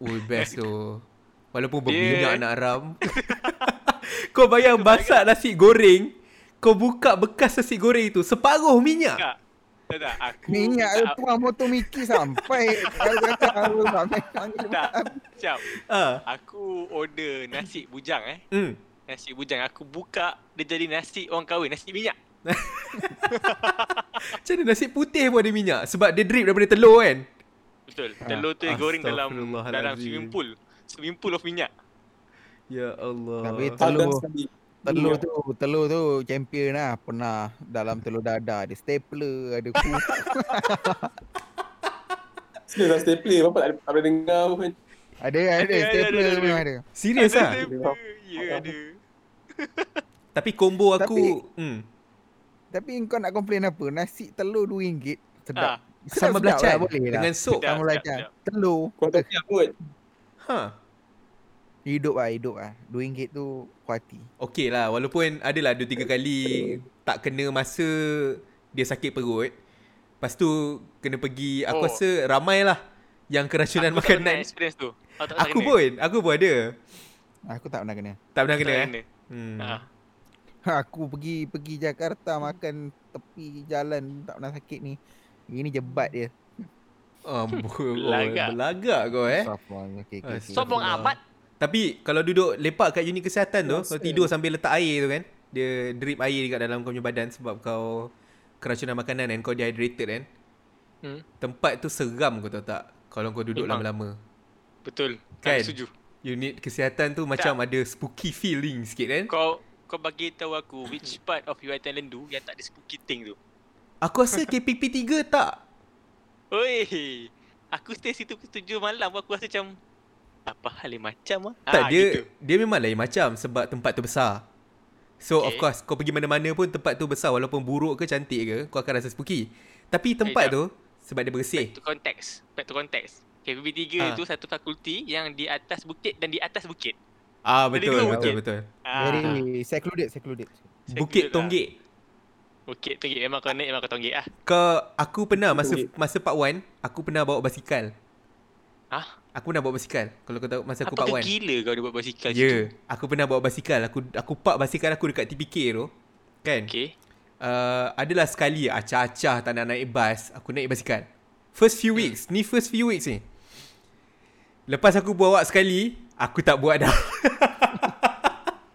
Speaker 2: Ui best tu Walaupun berminyak
Speaker 5: Dia- eh?
Speaker 2: nak haram Kau bayang basak nasi goreng Kau buka bekas nasi goreng tu Separuh minyak
Speaker 5: Tak. Tak tak aku
Speaker 3: Minyak tu
Speaker 5: tak,
Speaker 3: tuang motor Miki sampai. Kalau kata aku sampai panggil
Speaker 5: tak. Sekejap.
Speaker 2: ha.
Speaker 5: Aku order nasi bujang eh.
Speaker 2: mm.
Speaker 5: Nasi bujang aku buka dia jadi nasi orang kahwin, nasi minyak.
Speaker 2: Macam mana nasi putih pun ada minyak Sebab dia drip daripada telur kan
Speaker 5: Betul.
Speaker 2: Ah,
Speaker 3: Ha,
Speaker 5: Telur tu dia goreng dalam
Speaker 2: astagfirullahalazim.
Speaker 5: dalam swimming pool. Swimming pool of minyak.
Speaker 2: Ya Allah
Speaker 3: Tapi tu-
Speaker 4: Sultan
Speaker 3: Telur.
Speaker 4: sekali.
Speaker 3: Telur tu, telur tu champion lah. Pernah dalam telur dadar. Ada stapler, ada kuku.
Speaker 4: Serius lah stapler. Bapak tak ada- tak boleh dengar pun.
Speaker 3: ada, ada.
Speaker 5: ada, ada,
Speaker 3: Stapler
Speaker 5: ada.
Speaker 3: memang ada.
Speaker 2: Serius lah
Speaker 5: Ada stapler. Ya ada.
Speaker 2: Tapi combo aku mm,
Speaker 3: Tapi kau nak complain apa? Nasi telur RM2.
Speaker 5: Ah,
Speaker 3: Sedap. Sedap,
Speaker 2: Sambal
Speaker 3: sedap
Speaker 2: belacan
Speaker 3: lah, boleh lah.
Speaker 2: Dengan
Speaker 5: sedap,
Speaker 2: sup
Speaker 3: Sambal
Speaker 5: sedap,
Speaker 3: belacan.
Speaker 5: sedap.
Speaker 3: Telur.
Speaker 4: Kau tak siap kot.
Speaker 2: ha.
Speaker 3: Hidup lah, hidup lah. RM2 tu kuati.
Speaker 2: Okey lah Walaupun adalah 2-3 kali Tak kena masa Dia sakit perut Lepas tu Kena pergi Aku
Speaker 5: Oh.
Speaker 2: oh. rasa ramai lah Yang keracunan
Speaker 5: Aku tak pernah
Speaker 2: makanan
Speaker 5: experience tu. Aku tak- tak
Speaker 2: Aku
Speaker 5: kena.
Speaker 2: pun Aku pun ada
Speaker 3: Aku tak pernah kena.
Speaker 2: Tak pernah
Speaker 5: Tak
Speaker 2: kena eh
Speaker 5: kena.
Speaker 2: hmm.
Speaker 5: Ha.
Speaker 3: Aku pergi pergi Jakarta makan tepi jalan tak pernah sakit ni. Ini jebat
Speaker 2: Eh?
Speaker 3: dia.
Speaker 2: Ah, bo-
Speaker 5: Belagak.
Speaker 2: Belagak kau eh
Speaker 3: Safuan. Okay,
Speaker 2: Ah,
Speaker 3: okay, okay.
Speaker 5: Sombong amat.
Speaker 2: Tapi kalau duduk lepak kat unit kesihatan tu Kau
Speaker 4: Rasa.
Speaker 2: tidur sambil letak air tu kan Dia drip air dekat dalam kau punya badan Sebab kau Keracunan makanan kan Kau dehydrated kan
Speaker 5: Hmm.
Speaker 2: Tempat tu seram kau tahu tak Kalau kau duduk
Speaker 5: Memang.
Speaker 2: lama-lama
Speaker 5: Betul.
Speaker 2: Kan?
Speaker 5: Kan? Setuju.
Speaker 2: Unit kesihatan tu macam ada spooky feeling sikit kan
Speaker 5: Kau kau bagi tahu aku which part of UiTM Lendu yang tak ada spooky thing tu.
Speaker 2: Aku rasa KPP 3 tak
Speaker 5: Oi. Aku stay situ pukul 7 malam pun aku rasa macam apa hal yang macam ah.
Speaker 2: Tak dia Dia memang lain macam Sebab tempat tu besar So okay. of
Speaker 5: Okay.
Speaker 2: course Kau pergi mana-mana pun Tempat tu besar Walaupun buruk ke cantik ke Kau akan rasa spooky Tapi tempat
Speaker 5: jap.
Speaker 2: tu Sebab dia bersih
Speaker 5: Back to context. Back to context. KPB
Speaker 2: Ah.
Speaker 5: 3 tu satu fakulti yang di atas bukit dan di atas bukit.
Speaker 2: Ah
Speaker 5: Jadi
Speaker 2: betul betul
Speaker 5: kau bukit.
Speaker 2: betul.
Speaker 5: Ah.
Speaker 3: Very secluded, secluded.
Speaker 5: Saya
Speaker 2: Bukit
Speaker 5: kira lah.
Speaker 2: Tonggek.
Speaker 5: Bukit tu memang kau naik memang kau tonggek ah.
Speaker 2: Kau aku pernah masa
Speaker 4: Tonggek.
Speaker 2: masa Pak Wan, aku pernah bawa basikal.
Speaker 5: Hah? Ah,
Speaker 2: Aku pernah bawa basikal. Kalau kau tahu masa aku
Speaker 5: Apa
Speaker 2: Pak Wan.
Speaker 5: gila kau dia buat basikal
Speaker 2: Ya, yeah, aku pernah bawa basikal. Aku aku park basikal aku dekat TPK tu. Kan? Okay.
Speaker 5: Okey.
Speaker 2: Uh, adalah sekali acah-acah tak nak naik bas, aku naik basikal. First few weeks, ni first few weeks ni. Lepas aku bawa sekali, aku tak buat dah.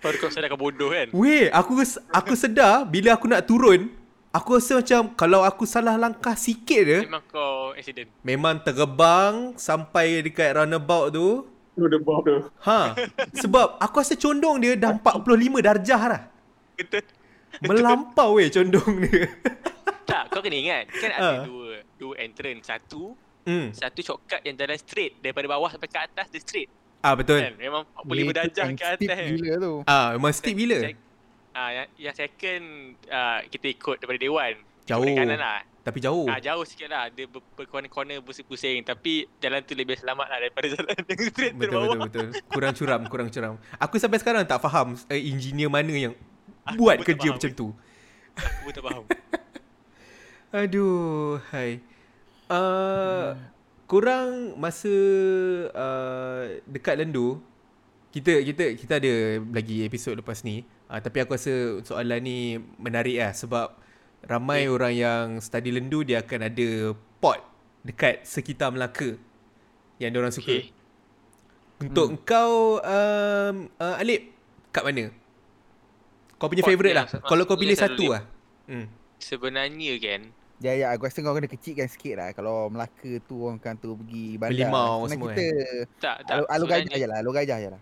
Speaker 5: Baru kau sadar kau bodoh kan?
Speaker 2: Weh, aku res- aku sedar bila aku nak turun, aku rasa macam kalau aku salah langkah sikit je,
Speaker 5: Memang kau accident.
Speaker 2: memang terbang sampai dekat roundabout tu.
Speaker 4: Tu dia bom tu.
Speaker 2: Ha, sebab aku rasa condong dia dah 45 darjah dah.
Speaker 5: Betul.
Speaker 2: Melampau weh condong dia.
Speaker 5: tak, kau kena ingat. Kan ada
Speaker 2: Ah.
Speaker 5: dua dua entrance. Satu
Speaker 2: Hmm.
Speaker 5: satu shortcut yang jalan straight daripada bawah sampai ke atas dia straight
Speaker 2: Ah betul.
Speaker 5: kan memang 45 darjah ke
Speaker 3: Steep
Speaker 5: atas kan
Speaker 3: Gila tu.
Speaker 2: Ah memang steep gila.
Speaker 5: Sec- ah yang, yang second ah kita ikut daripada dewan
Speaker 2: Jauh. Oh.
Speaker 5: Ikut kanan lah
Speaker 2: Tapi jauh.
Speaker 5: ah jauh sikit lah dia ber, berkorner-korner pusing-pusing tapi jalan tu lebih selamat lah daripada jalan yang straight
Speaker 2: Betul
Speaker 5: terbawah
Speaker 2: betul betul. Kurang curam, kurang curam. Aku sampai sekarang tak faham uh, engineer mana yang buat
Speaker 5: pun tak
Speaker 2: kerja
Speaker 5: faham.
Speaker 2: macam tu.
Speaker 5: aku pun tak faham
Speaker 2: Aduh, hai.
Speaker 5: Hmm.
Speaker 2: Uh, kurang masa uh, dekat lendu kita kita kita ada lagi episod lepas ni. Uh, tapi aku rasa soalan ni menarik lah sebab ramai yeah. orang yang study lendu dia akan ada pot dekat sekitar Melaka yang orang suka.
Speaker 5: okay.
Speaker 2: Okay. Untuk hmm. kau um, uh, Alip kat mana? Kau punya
Speaker 5: Pot
Speaker 2: favourite
Speaker 5: yang
Speaker 2: lah.
Speaker 5: sa-
Speaker 2: Kalau kau
Speaker 5: maksud
Speaker 2: pilih
Speaker 5: saya
Speaker 2: satu
Speaker 5: Alip.
Speaker 2: lah. Hmm.
Speaker 5: sebenarnya kan
Speaker 3: Ya, ya. Aku rasa kau kena kecilkan sikit lah. Kalau Melaka tu orang kan tu pergi bandar.
Speaker 2: Limau
Speaker 3: Senang
Speaker 2: semua, eh.
Speaker 3: kita
Speaker 5: tak tak
Speaker 3: alu, alu gajah
Speaker 5: sebenarnya,
Speaker 3: je lah. Alu gajah je lah.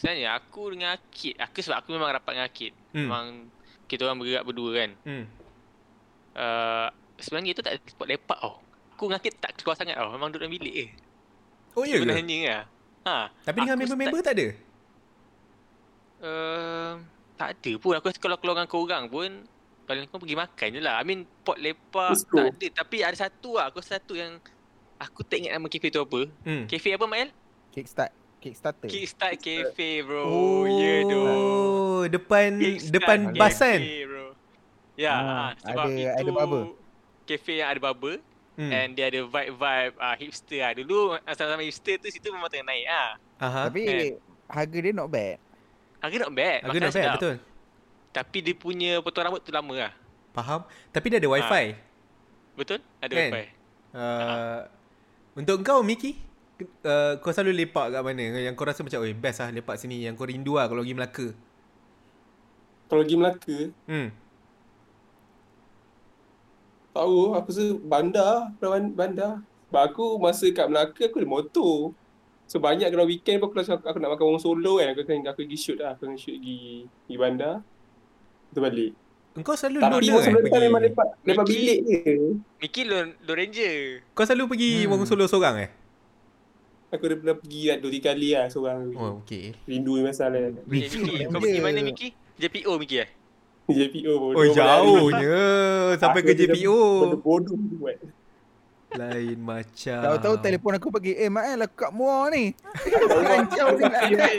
Speaker 5: sebenarnya aku dengan Akid aku sebab aku memang rapat dengan Akid
Speaker 2: Hmm.
Speaker 5: memang kita orang bergerak berdua kan
Speaker 2: Hmm.
Speaker 5: uh, sebenarnya itu tak ada spot lepak tau aku dengan Akid tak keluar sangat tau memang duduk dalam bilik je
Speaker 2: Oh ya ke?
Speaker 5: sebenarnya lah ha,
Speaker 2: Tapi dengan
Speaker 5: aku
Speaker 2: member-member tak ada?
Speaker 5: Eh, Um, tak ada pun. Aku rasa kalau keluar dengan korang pun paling kau pergi makan je lah. I mean pot lepak
Speaker 4: Bistro.
Speaker 5: tak ada. Tapi ada satu lah. Aku satu yang aku tak ingat nama kafe tu apa.
Speaker 2: Hmm.
Speaker 5: Kafe apa Mael?
Speaker 3: Kickstart Kickstarter
Speaker 5: Kickstart Cafe bro. Oh, ya yeah, tu.
Speaker 2: Oh, Depan
Speaker 5: Kickstart
Speaker 2: depan bas kan?
Speaker 5: Cafe, bro. Ya,
Speaker 3: Ah,
Speaker 5: ah, sebab
Speaker 3: ada-
Speaker 5: itu
Speaker 3: ada barber.
Speaker 5: Cafe yang ada barber
Speaker 2: Hmm.
Speaker 5: and dia ada vibe-vibe ah, hipster ah. Dulu ah, sama-sama hipster tu situ memang tengah naik ah.
Speaker 2: Aha.
Speaker 3: Tapi
Speaker 5: eh.
Speaker 3: harga dia not bad
Speaker 5: Harga not bad.
Speaker 2: Aku
Speaker 5: makanan
Speaker 2: nak bad
Speaker 5: kan sedap.
Speaker 2: betul.
Speaker 5: Tapi dia punya potong rambut tu lama lah.
Speaker 2: Faham. Tapi dia ada
Speaker 5: Ha.
Speaker 2: wifi.
Speaker 5: Betul? Ada
Speaker 2: Kan?
Speaker 5: wifi. Ha.
Speaker 2: Uh, untuk kau Miki, uh, kau selalu lepak kat mana? Yang kau rasa macam, "Oi, best lah lepak sini." Yang kau rindu lah kalau pergi Melaka.
Speaker 4: Kalau pergi Melaka,
Speaker 2: Hmm.
Speaker 4: tahu aku rasa bandar, pernah ban- bandar. Sebab aku masa kat Melaka aku ada motor. So banyak kalau weekend pun aku rasa aku, aku nak makan orang Solo kan. Aku akan aku pergi shoot lah. Aku akan shoot pergi, pergi bandar. Lepas tu balik.
Speaker 2: Kau selalu
Speaker 4: Tapi
Speaker 2: loner
Speaker 4: masa
Speaker 2: kan
Speaker 4: Melaka memang
Speaker 2: pergi.
Speaker 4: lepak, lepak
Speaker 5: Pergi-
Speaker 4: bilik je.
Speaker 5: Miki Lone, Lone Ranger.
Speaker 2: Kau selalu pergi
Speaker 3: Hmm.
Speaker 2: Wong Solo seorang eh?
Speaker 4: Aku dah pernah pergi lah dua tiga kali lah seorang.
Speaker 2: Oh, okey.
Speaker 4: Rindu ni masalah.
Speaker 5: Miki, Miki, Eh, kau pergi mana Miki? JPO Miki eh?
Speaker 4: JPO pun.
Speaker 2: Oh, jauhnya sampai ke
Speaker 4: Aku tidak-
Speaker 2: JPO.
Speaker 4: Bodoh tu buat.
Speaker 2: Lain
Speaker 4: Ah.
Speaker 2: macam.
Speaker 3: Tahu-tahu telefon aku pergi Eh Mael aku kat Muar ni Kacau
Speaker 2: Kan,
Speaker 3: ni nak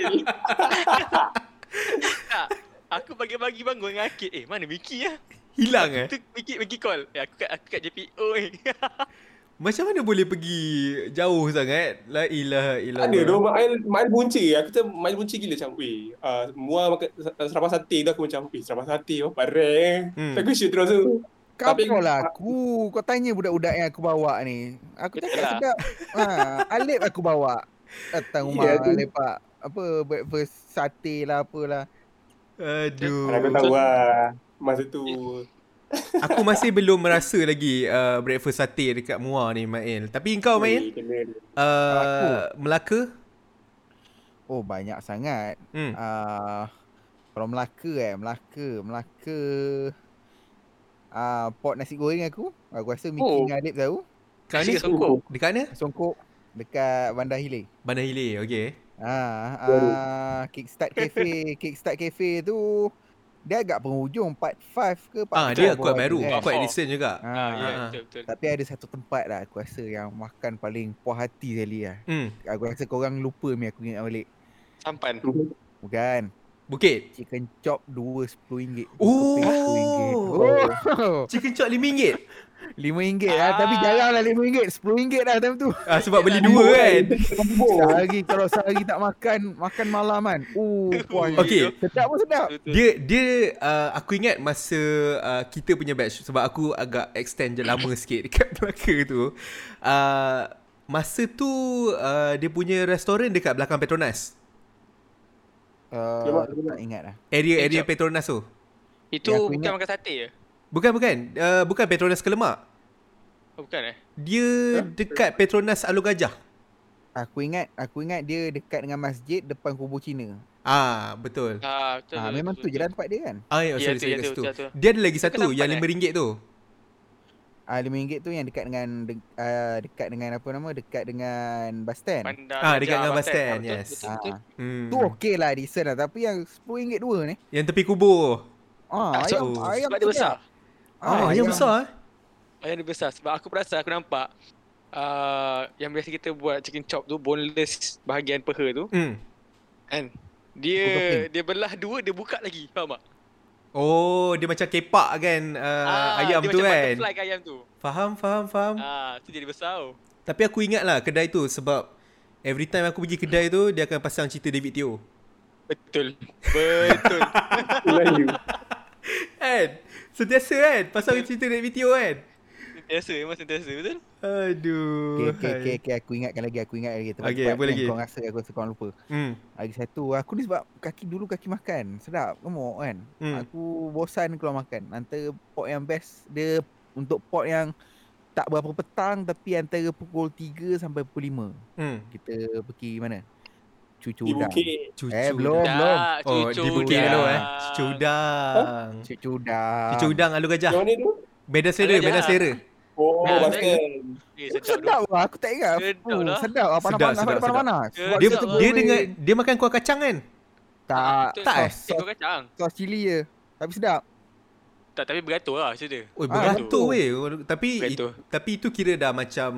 Speaker 5: Tak. Aku pagi-pagi bangun dengan Akid. Eh, mana Miki lah?
Speaker 2: hilang eh?
Speaker 5: Tu Miki, Miki call. Eh, aku kat, aku kat JPO eh.
Speaker 2: Macam mana boleh pergi jauh sangat? La ilaha illallah.
Speaker 4: Ada doh Mail Mail punca. Aku tu Mail punca gila macam weh. Uh, muar makan sarapan sate tu aku macam weh sarapan sate apa rare.
Speaker 2: Hmm.
Speaker 4: Hmm. Aku shoot terus tu.
Speaker 3: Kau
Speaker 4: Tapi-
Speaker 3: Tapi, lah aku Kau tanya budak-budak yang aku bawa ni Aku cakap
Speaker 5: Betul lah.
Speaker 3: sedap ha, Alip aku bawa Datang rumah
Speaker 4: Ya,
Speaker 3: yeah,
Speaker 4: tu.
Speaker 3: lepak Apa breakfast Sate lah apalah
Speaker 2: Aduh.
Speaker 4: Aku tahu lah masa tu.
Speaker 2: Aku masih belum merasa lagi uh, breakfast sate dekat Muar ni Mail. Tapi kau Mail,
Speaker 4: weh, kena.
Speaker 3: Aku.
Speaker 2: uh, Melaka?
Speaker 3: Oh banyak sangat
Speaker 2: Hmm.
Speaker 3: uh, Kalau Melaka eh Melaka Melaka uh, Pot nasi goreng aku Aku rasa Miki
Speaker 5: Oh.
Speaker 3: oh. dengan Alip tahu
Speaker 2: Kau ni
Speaker 5: Songkok.
Speaker 2: dekat mana?
Speaker 3: Songkok Dekat Bandar Hilir
Speaker 2: Bandar Hilir, okey.
Speaker 3: Ah,
Speaker 4: Baru.
Speaker 3: ah, Kickstart Cafe, Kickstart Cafe tu dia agak penghujung part 5 ke part
Speaker 2: Ah,
Speaker 3: four
Speaker 2: dia
Speaker 3: baru
Speaker 2: kuat
Speaker 3: ada
Speaker 2: baru,
Speaker 4: eh.
Speaker 5: kan?
Speaker 2: kuat recent juga.
Speaker 3: Ah,
Speaker 5: Ah, ya,
Speaker 2: ah.
Speaker 5: betul, betul.
Speaker 3: Tapi ada satu tempat lah aku rasa yang makan paling puas hati sekali lah.
Speaker 2: Hmm.
Speaker 3: Aku rasa korang lupa ni aku ingat balik.
Speaker 5: Sampan.
Speaker 3: Bukan.
Speaker 2: Bukit.
Speaker 3: Chicken chop 2 RM10.
Speaker 2: Oh.
Speaker 3: RM10. Oh.
Speaker 2: Chicken chop RM5.
Speaker 3: RM5 lah. Tapi
Speaker 5: Ah.
Speaker 3: jarang lah RM5. RM10 dah lah time tu.
Speaker 2: Ah, sebab beli dua kan.
Speaker 4: eh.
Speaker 3: Sehari kalau sehari tak makan, makan malam kan. Uh, puas.
Speaker 2: Okey.
Speaker 3: Sedap pun sedap.
Speaker 5: Betul.
Speaker 2: Dia dia uh, aku ingat masa uh, kita punya batch sebab aku agak extend je lama sikit dekat Melaka tu. Uh, masa tu uh, dia punya restoran dekat belakang Petronas.
Speaker 3: Uh, aku tak ingat lah.
Speaker 2: Area area
Speaker 5: Sekejap.
Speaker 2: Petronas tu.
Speaker 5: Itu
Speaker 3: Ya, aku
Speaker 5: bukan
Speaker 3: ingat.
Speaker 5: makan sate je?
Speaker 2: Bukan bukan uh, bukan Petronas Kelemak.
Speaker 5: Oh, bukan eh?
Speaker 2: Dia dekat Petronas Alur Gajah.
Speaker 3: Aku ingat, aku ingat dia dekat dengan masjid depan kubur Cina.
Speaker 2: Ah betul.
Speaker 5: Ah, betul.
Speaker 3: Ha,
Speaker 5: betul,
Speaker 3: memang tu
Speaker 5: betul,
Speaker 3: je lah tempat dia kan.
Speaker 2: Ah ya,
Speaker 5: Ya,
Speaker 2: sorry,
Speaker 5: tu,
Speaker 2: sorry
Speaker 5: ya,
Speaker 2: kat
Speaker 5: tu,
Speaker 2: situ.
Speaker 5: betul, betul.
Speaker 2: Dia ada lagi satu
Speaker 5: Kenapan,
Speaker 2: yang
Speaker 5: eh?
Speaker 2: RM5 tu.
Speaker 3: Ah RM5 tu yang dekat dengan de, uh, dekat dengan apa nama dekat dengan bus
Speaker 5: betul.
Speaker 3: stand.
Speaker 5: Bandar
Speaker 2: Ah,
Speaker 5: Raja,
Speaker 2: dekat dengan bus
Speaker 5: Bandar,
Speaker 2: stand,
Speaker 5: betul,
Speaker 2: yes.
Speaker 5: Betul,
Speaker 3: kan? Ah,
Speaker 5: betul.
Speaker 2: Hmm.
Speaker 3: tu okey lah decent lah tapi yang RM10 dua ni.
Speaker 2: Yang tepi kubur.
Speaker 3: Ah
Speaker 5: Ah,
Speaker 3: ayam
Speaker 5: so-
Speaker 3: ayam
Speaker 5: Sebab dia besar.
Speaker 3: sedap.
Speaker 2: Ah,
Speaker 3: ya.
Speaker 2: yang besar eh.
Speaker 5: Ayam dia besar sebab aku perasan aku nampak uh, yang biasa kita buat chicken chop tu boneless bahagian peha tu
Speaker 2: Hmm.
Speaker 5: kan.
Speaker 3: Buka
Speaker 5: Dia
Speaker 3: pin.
Speaker 5: dia belah dua dia buka lagi faham tak?
Speaker 2: Oh, dia macam kepak kan uh, ayam
Speaker 5: Ah, dia
Speaker 2: tu
Speaker 5: macam
Speaker 2: kan.
Speaker 5: Butterfly kat ayam tu.
Speaker 2: Faham, faham, faham. Uh.
Speaker 5: Ah, tu jadi besar tau.
Speaker 2: Tapi aku ingat lah kedai tu sebab every time aku pergi kedai tu dia akan pasang cerita David Teo.
Speaker 5: Betul. Betul.
Speaker 4: Melayu.
Speaker 2: Kan? Sentiasa kan? Pasang cerita David Teo kan?
Speaker 5: sentiasa memang sentiasa betul.
Speaker 2: Aduh.
Speaker 3: Okey okey okey okay, aku ingatkan lagi aku ingat lagi tempat
Speaker 2: Okey, apa
Speaker 3: yang
Speaker 2: lagi?
Speaker 3: Kau rasa aku rasa kau lupa.
Speaker 2: Hmm.
Speaker 3: Lagi satu aku ni sebab kaki dulu kaki makan sedap gemuk kan.
Speaker 2: Hmm.
Speaker 3: Aku bosan keluar makan. Antara pot yang best dia untuk pot yang tak berapa petang tapi antara pukul 3 sampai pukul 5.
Speaker 2: Hmm.
Speaker 3: kita pergi mana? Cucu
Speaker 4: Di
Speaker 3: udang.
Speaker 4: bukit.
Speaker 2: Cucu.
Speaker 3: Eh, belum. Oh, belum.
Speaker 5: Dah,
Speaker 2: Oh,
Speaker 5: cucu
Speaker 2: di Bukit Kelo eh.
Speaker 5: dah.
Speaker 2: Cucu udang.
Speaker 3: Cucu udang.
Speaker 2: Oh. Cucu udang alu gajah.
Speaker 4: Yang mana tu?
Speaker 2: Beda selera,
Speaker 5: Alu
Speaker 2: beda
Speaker 5: Gajah.
Speaker 2: selera.
Speaker 4: Oh,
Speaker 5: Ah,
Speaker 4: bus stand.
Speaker 5: Eh,
Speaker 3: Itu
Speaker 5: sedap
Speaker 3: sedap lah. Aku tak ingat.
Speaker 5: Sedap
Speaker 3: Oh,
Speaker 5: lah.
Speaker 3: Sedap
Speaker 2: Sedap,
Speaker 3: lah. Panas-panas.
Speaker 2: sedap, sedap.
Speaker 3: Panas-panas. Sebab
Speaker 2: Dia
Speaker 5: Sedap
Speaker 3: kita
Speaker 5: lah.
Speaker 2: dia
Speaker 3: goreng.
Speaker 2: dengan dia makan kuah kacang kan?
Speaker 5: tu.
Speaker 3: Tak.
Speaker 5: Betul.
Speaker 2: tak eh?
Speaker 5: Eh, kau kacang.
Speaker 3: Sos cili je. Tapi sedap.
Speaker 5: Tak, tapi beratur lah macam dia.
Speaker 2: Oi,
Speaker 3: Ah,
Speaker 2: beratur
Speaker 4: betul.
Speaker 2: weh. Tapi it,
Speaker 5: Beratur.
Speaker 2: tapi itu kira dah macam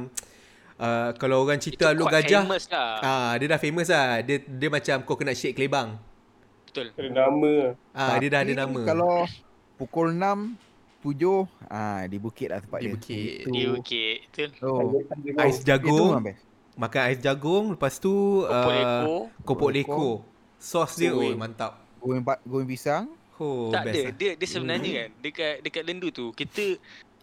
Speaker 2: uh, kalau orang cerita Alok Gajah,
Speaker 5: famous lah. Ah.
Speaker 2: ah dia dah famous lah. Dia dia macam kau kena shake kelebang.
Speaker 5: Betul.
Speaker 4: Ada nama lah.
Speaker 2: Ah dia dah ada
Speaker 3: Tapi
Speaker 2: nama.
Speaker 3: Kalau pukul 6 7 ah di bukit lah tempat
Speaker 2: di
Speaker 3: dia.
Speaker 2: bukit.
Speaker 5: Dia okey. Betul.
Speaker 3: Oh.
Speaker 2: Ais
Speaker 3: Itu
Speaker 2: jagung,
Speaker 3: memang best.
Speaker 2: makan ais jagung, lepas tu uh,
Speaker 5: Kopok ekor.
Speaker 2: kopok
Speaker 3: Kopok
Speaker 2: leko. Sos dia, oi
Speaker 5: Oi.
Speaker 2: mantap.
Speaker 3: Goreng pa- goreng pisang.
Speaker 2: Oh,
Speaker 5: tak ada.
Speaker 2: best.
Speaker 5: Dia dia sebenarnya kan dekat dekat lendu tu kita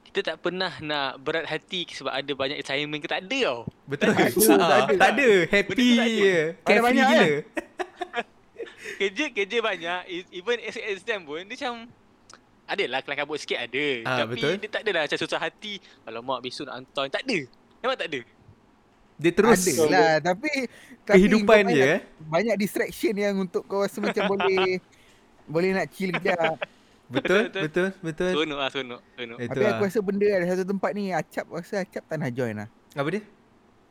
Speaker 5: kita tak pernah nak berat hati sebab ada banyak assignment ke tak ada tau.
Speaker 2: Betul. Tak,
Speaker 5: Tak ada.
Speaker 2: ah, tak ada. Happy
Speaker 5: tak ada.
Speaker 2: je. Carefree
Speaker 3: banyak, eh.
Speaker 2: gila.
Speaker 5: Kerja kerja banyak e- even as- exam pun dia macam adalah kelang kabut sikit ada
Speaker 2: Ah,
Speaker 5: tapi
Speaker 2: betul.
Speaker 5: dia tak adalah macam susah hati alamak besok nak hantar tak ada memang tak ada
Speaker 2: Dia terus
Speaker 3: ada lah tapi tapi
Speaker 2: kehidupan
Speaker 3: kau
Speaker 2: dia
Speaker 3: banyak-
Speaker 2: eh.
Speaker 3: Banyak distraction yang untuk kau rasa macam boleh boleh nak chill kejap.
Speaker 2: Betul,
Speaker 5: Betul,
Speaker 2: betul, betul.
Speaker 5: seronok lah seronok seronok
Speaker 2: Itu
Speaker 3: Tapi
Speaker 2: lah.
Speaker 3: aku rasa benda ada satu tempat ni Acap rasa Acap tak nak join lah.
Speaker 2: Apa dia?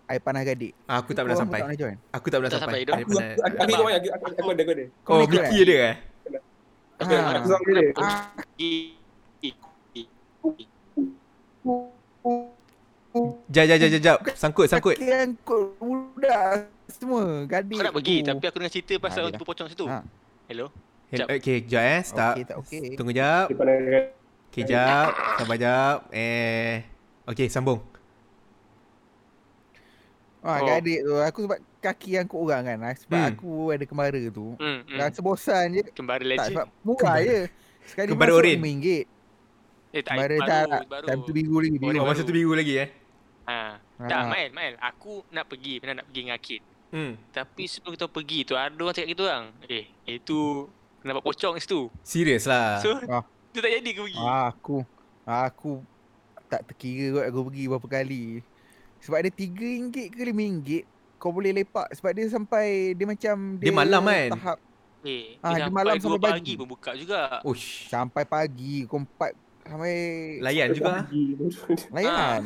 Speaker 3: Air panas gadik.
Speaker 2: Ah, aku tak pernah
Speaker 3: Korang pun
Speaker 2: sampai.
Speaker 3: Tak nak join.
Speaker 2: Aku tak pernah
Speaker 5: Tak
Speaker 2: sampai.
Speaker 5: sampai hidup.
Speaker 2: Aku-
Speaker 4: Aku,
Speaker 2: pernah-
Speaker 4: aku, aku, aku, aku, aku, aku ada kau ada.
Speaker 2: Oh,
Speaker 3: boleh
Speaker 2: Vicky dia eh?
Speaker 4: Aku,
Speaker 3: Ah.
Speaker 4: aku sama dia.
Speaker 2: Jap, jap, jap, jap, jap. Sangkut, sangkut.
Speaker 3: Kaki yang kau budak semua gadik.
Speaker 5: kau nak pergi
Speaker 3: tu.
Speaker 5: tapi aku dengar cerita pasal
Speaker 3: Ah,
Speaker 5: orang tu pocong situ
Speaker 3: Ah.
Speaker 5: hello Jap.
Speaker 2: Okay, jap eh. Start.
Speaker 3: Okey, tak okey.
Speaker 2: Tunggu jap.
Speaker 4: Dia pandang dekat.
Speaker 2: Okay, jap. Sabar jap. Eh. Okay, sambung.
Speaker 3: Ah,
Speaker 5: Oh.
Speaker 3: oh. gadik tu. Aku sebab kaki yang kau orang kan. ah, Sebab
Speaker 2: Hmm.
Speaker 3: aku ada kemara tu.
Speaker 5: hmm, hmm.
Speaker 3: Rasa bosan je. Tak
Speaker 5: kembali lagi
Speaker 3: sebab murah
Speaker 2: Kemara.
Speaker 3: je. Sekali
Speaker 2: Kemara
Speaker 3: masuk
Speaker 2: oren.
Speaker 3: RM5.
Speaker 5: eh tak
Speaker 3: Kemara
Speaker 5: baru
Speaker 3: tak.
Speaker 5: baru
Speaker 3: Time tu biru lagi.
Speaker 5: Oren.
Speaker 2: Oh,
Speaker 3: Biru.
Speaker 5: baru.
Speaker 2: masa tu minggu lagi eh.
Speaker 5: ha
Speaker 3: Ah.
Speaker 5: tak Mael Mael aku nak pergi pernah nak pergi dengan Akid
Speaker 2: Hmm.
Speaker 5: tapi sebelum kita pergi tu ada orang cakap gitu orang eh itu nampak pocong situ
Speaker 2: Serius lah.
Speaker 5: so
Speaker 3: Ah.
Speaker 5: tu tak jadi aku pergi
Speaker 3: Ah, aku aku tak terkira kot aku pergi berapa kali. Sebab dia RM3 ke RM5 kau boleh lepak sebab dia sampai dia macam
Speaker 2: Dia malam kan?
Speaker 3: Tahap
Speaker 5: eh
Speaker 3: Ah, dia
Speaker 5: dia
Speaker 3: malam
Speaker 5: sampai 2
Speaker 3: sampai
Speaker 5: pagi.
Speaker 3: pagi.
Speaker 5: pun buka juga
Speaker 2: Ush.
Speaker 3: sampai pagi kau empat sampai kan?
Speaker 2: Layan juga. ah.
Speaker 3: layan.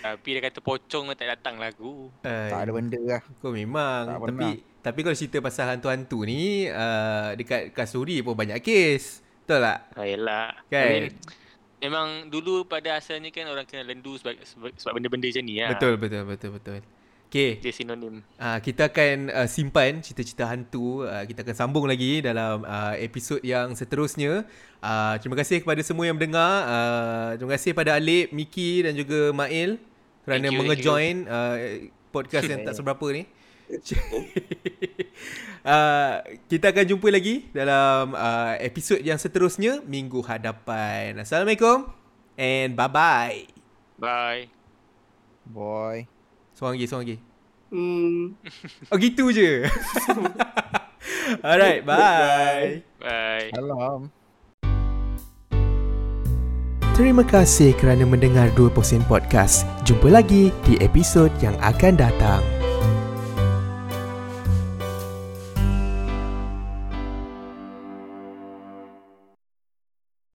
Speaker 5: tapi dia kata pocong tak datang lah aku
Speaker 2: Eh,
Speaker 3: Tak ada benda lah.
Speaker 2: Kau memang.
Speaker 3: Tak pernah.
Speaker 2: Tapi tapi kalau cerita pasal hantu-hantu ni, uh, dekat Kasuri pun banyak kes. Betul tak?
Speaker 5: Ayolah.
Speaker 2: Kan?
Speaker 5: I mean, memang dulu pada asalnya kan orang kena lendu sebab, sebab, sebab benda-benda macam ni lah.
Speaker 2: Betul, betul, betul, betul. Okay.
Speaker 5: Dia sinonim.
Speaker 2: Uh, kita akan uh, simpan cerita-cerita hantu. Uh, kita akan sambung lagi dalam uh, episod yang seterusnya. Uh, terima kasih kepada semua yang mendengar. Uh, terima kasih pada Alip, Miki dan juga Mail kerana
Speaker 5: Thank you,
Speaker 2: mengejoin uh, podcast yang tak seberapa ni. uh, kita akan jumpa lagi dalam uh, episod yang seterusnya minggu hadapan. Assalamualaikum and bye-bye.
Speaker 5: Bye.
Speaker 3: Boy.
Speaker 2: Seorang lagi, seorang lagi.
Speaker 4: Hmm.
Speaker 2: Oh gitu je. Alright, bye.
Speaker 5: Bye.
Speaker 3: Salam.
Speaker 1: Terima kasih kerana mendengar 2% Podcast. Jumpa lagi di episod yang akan datang.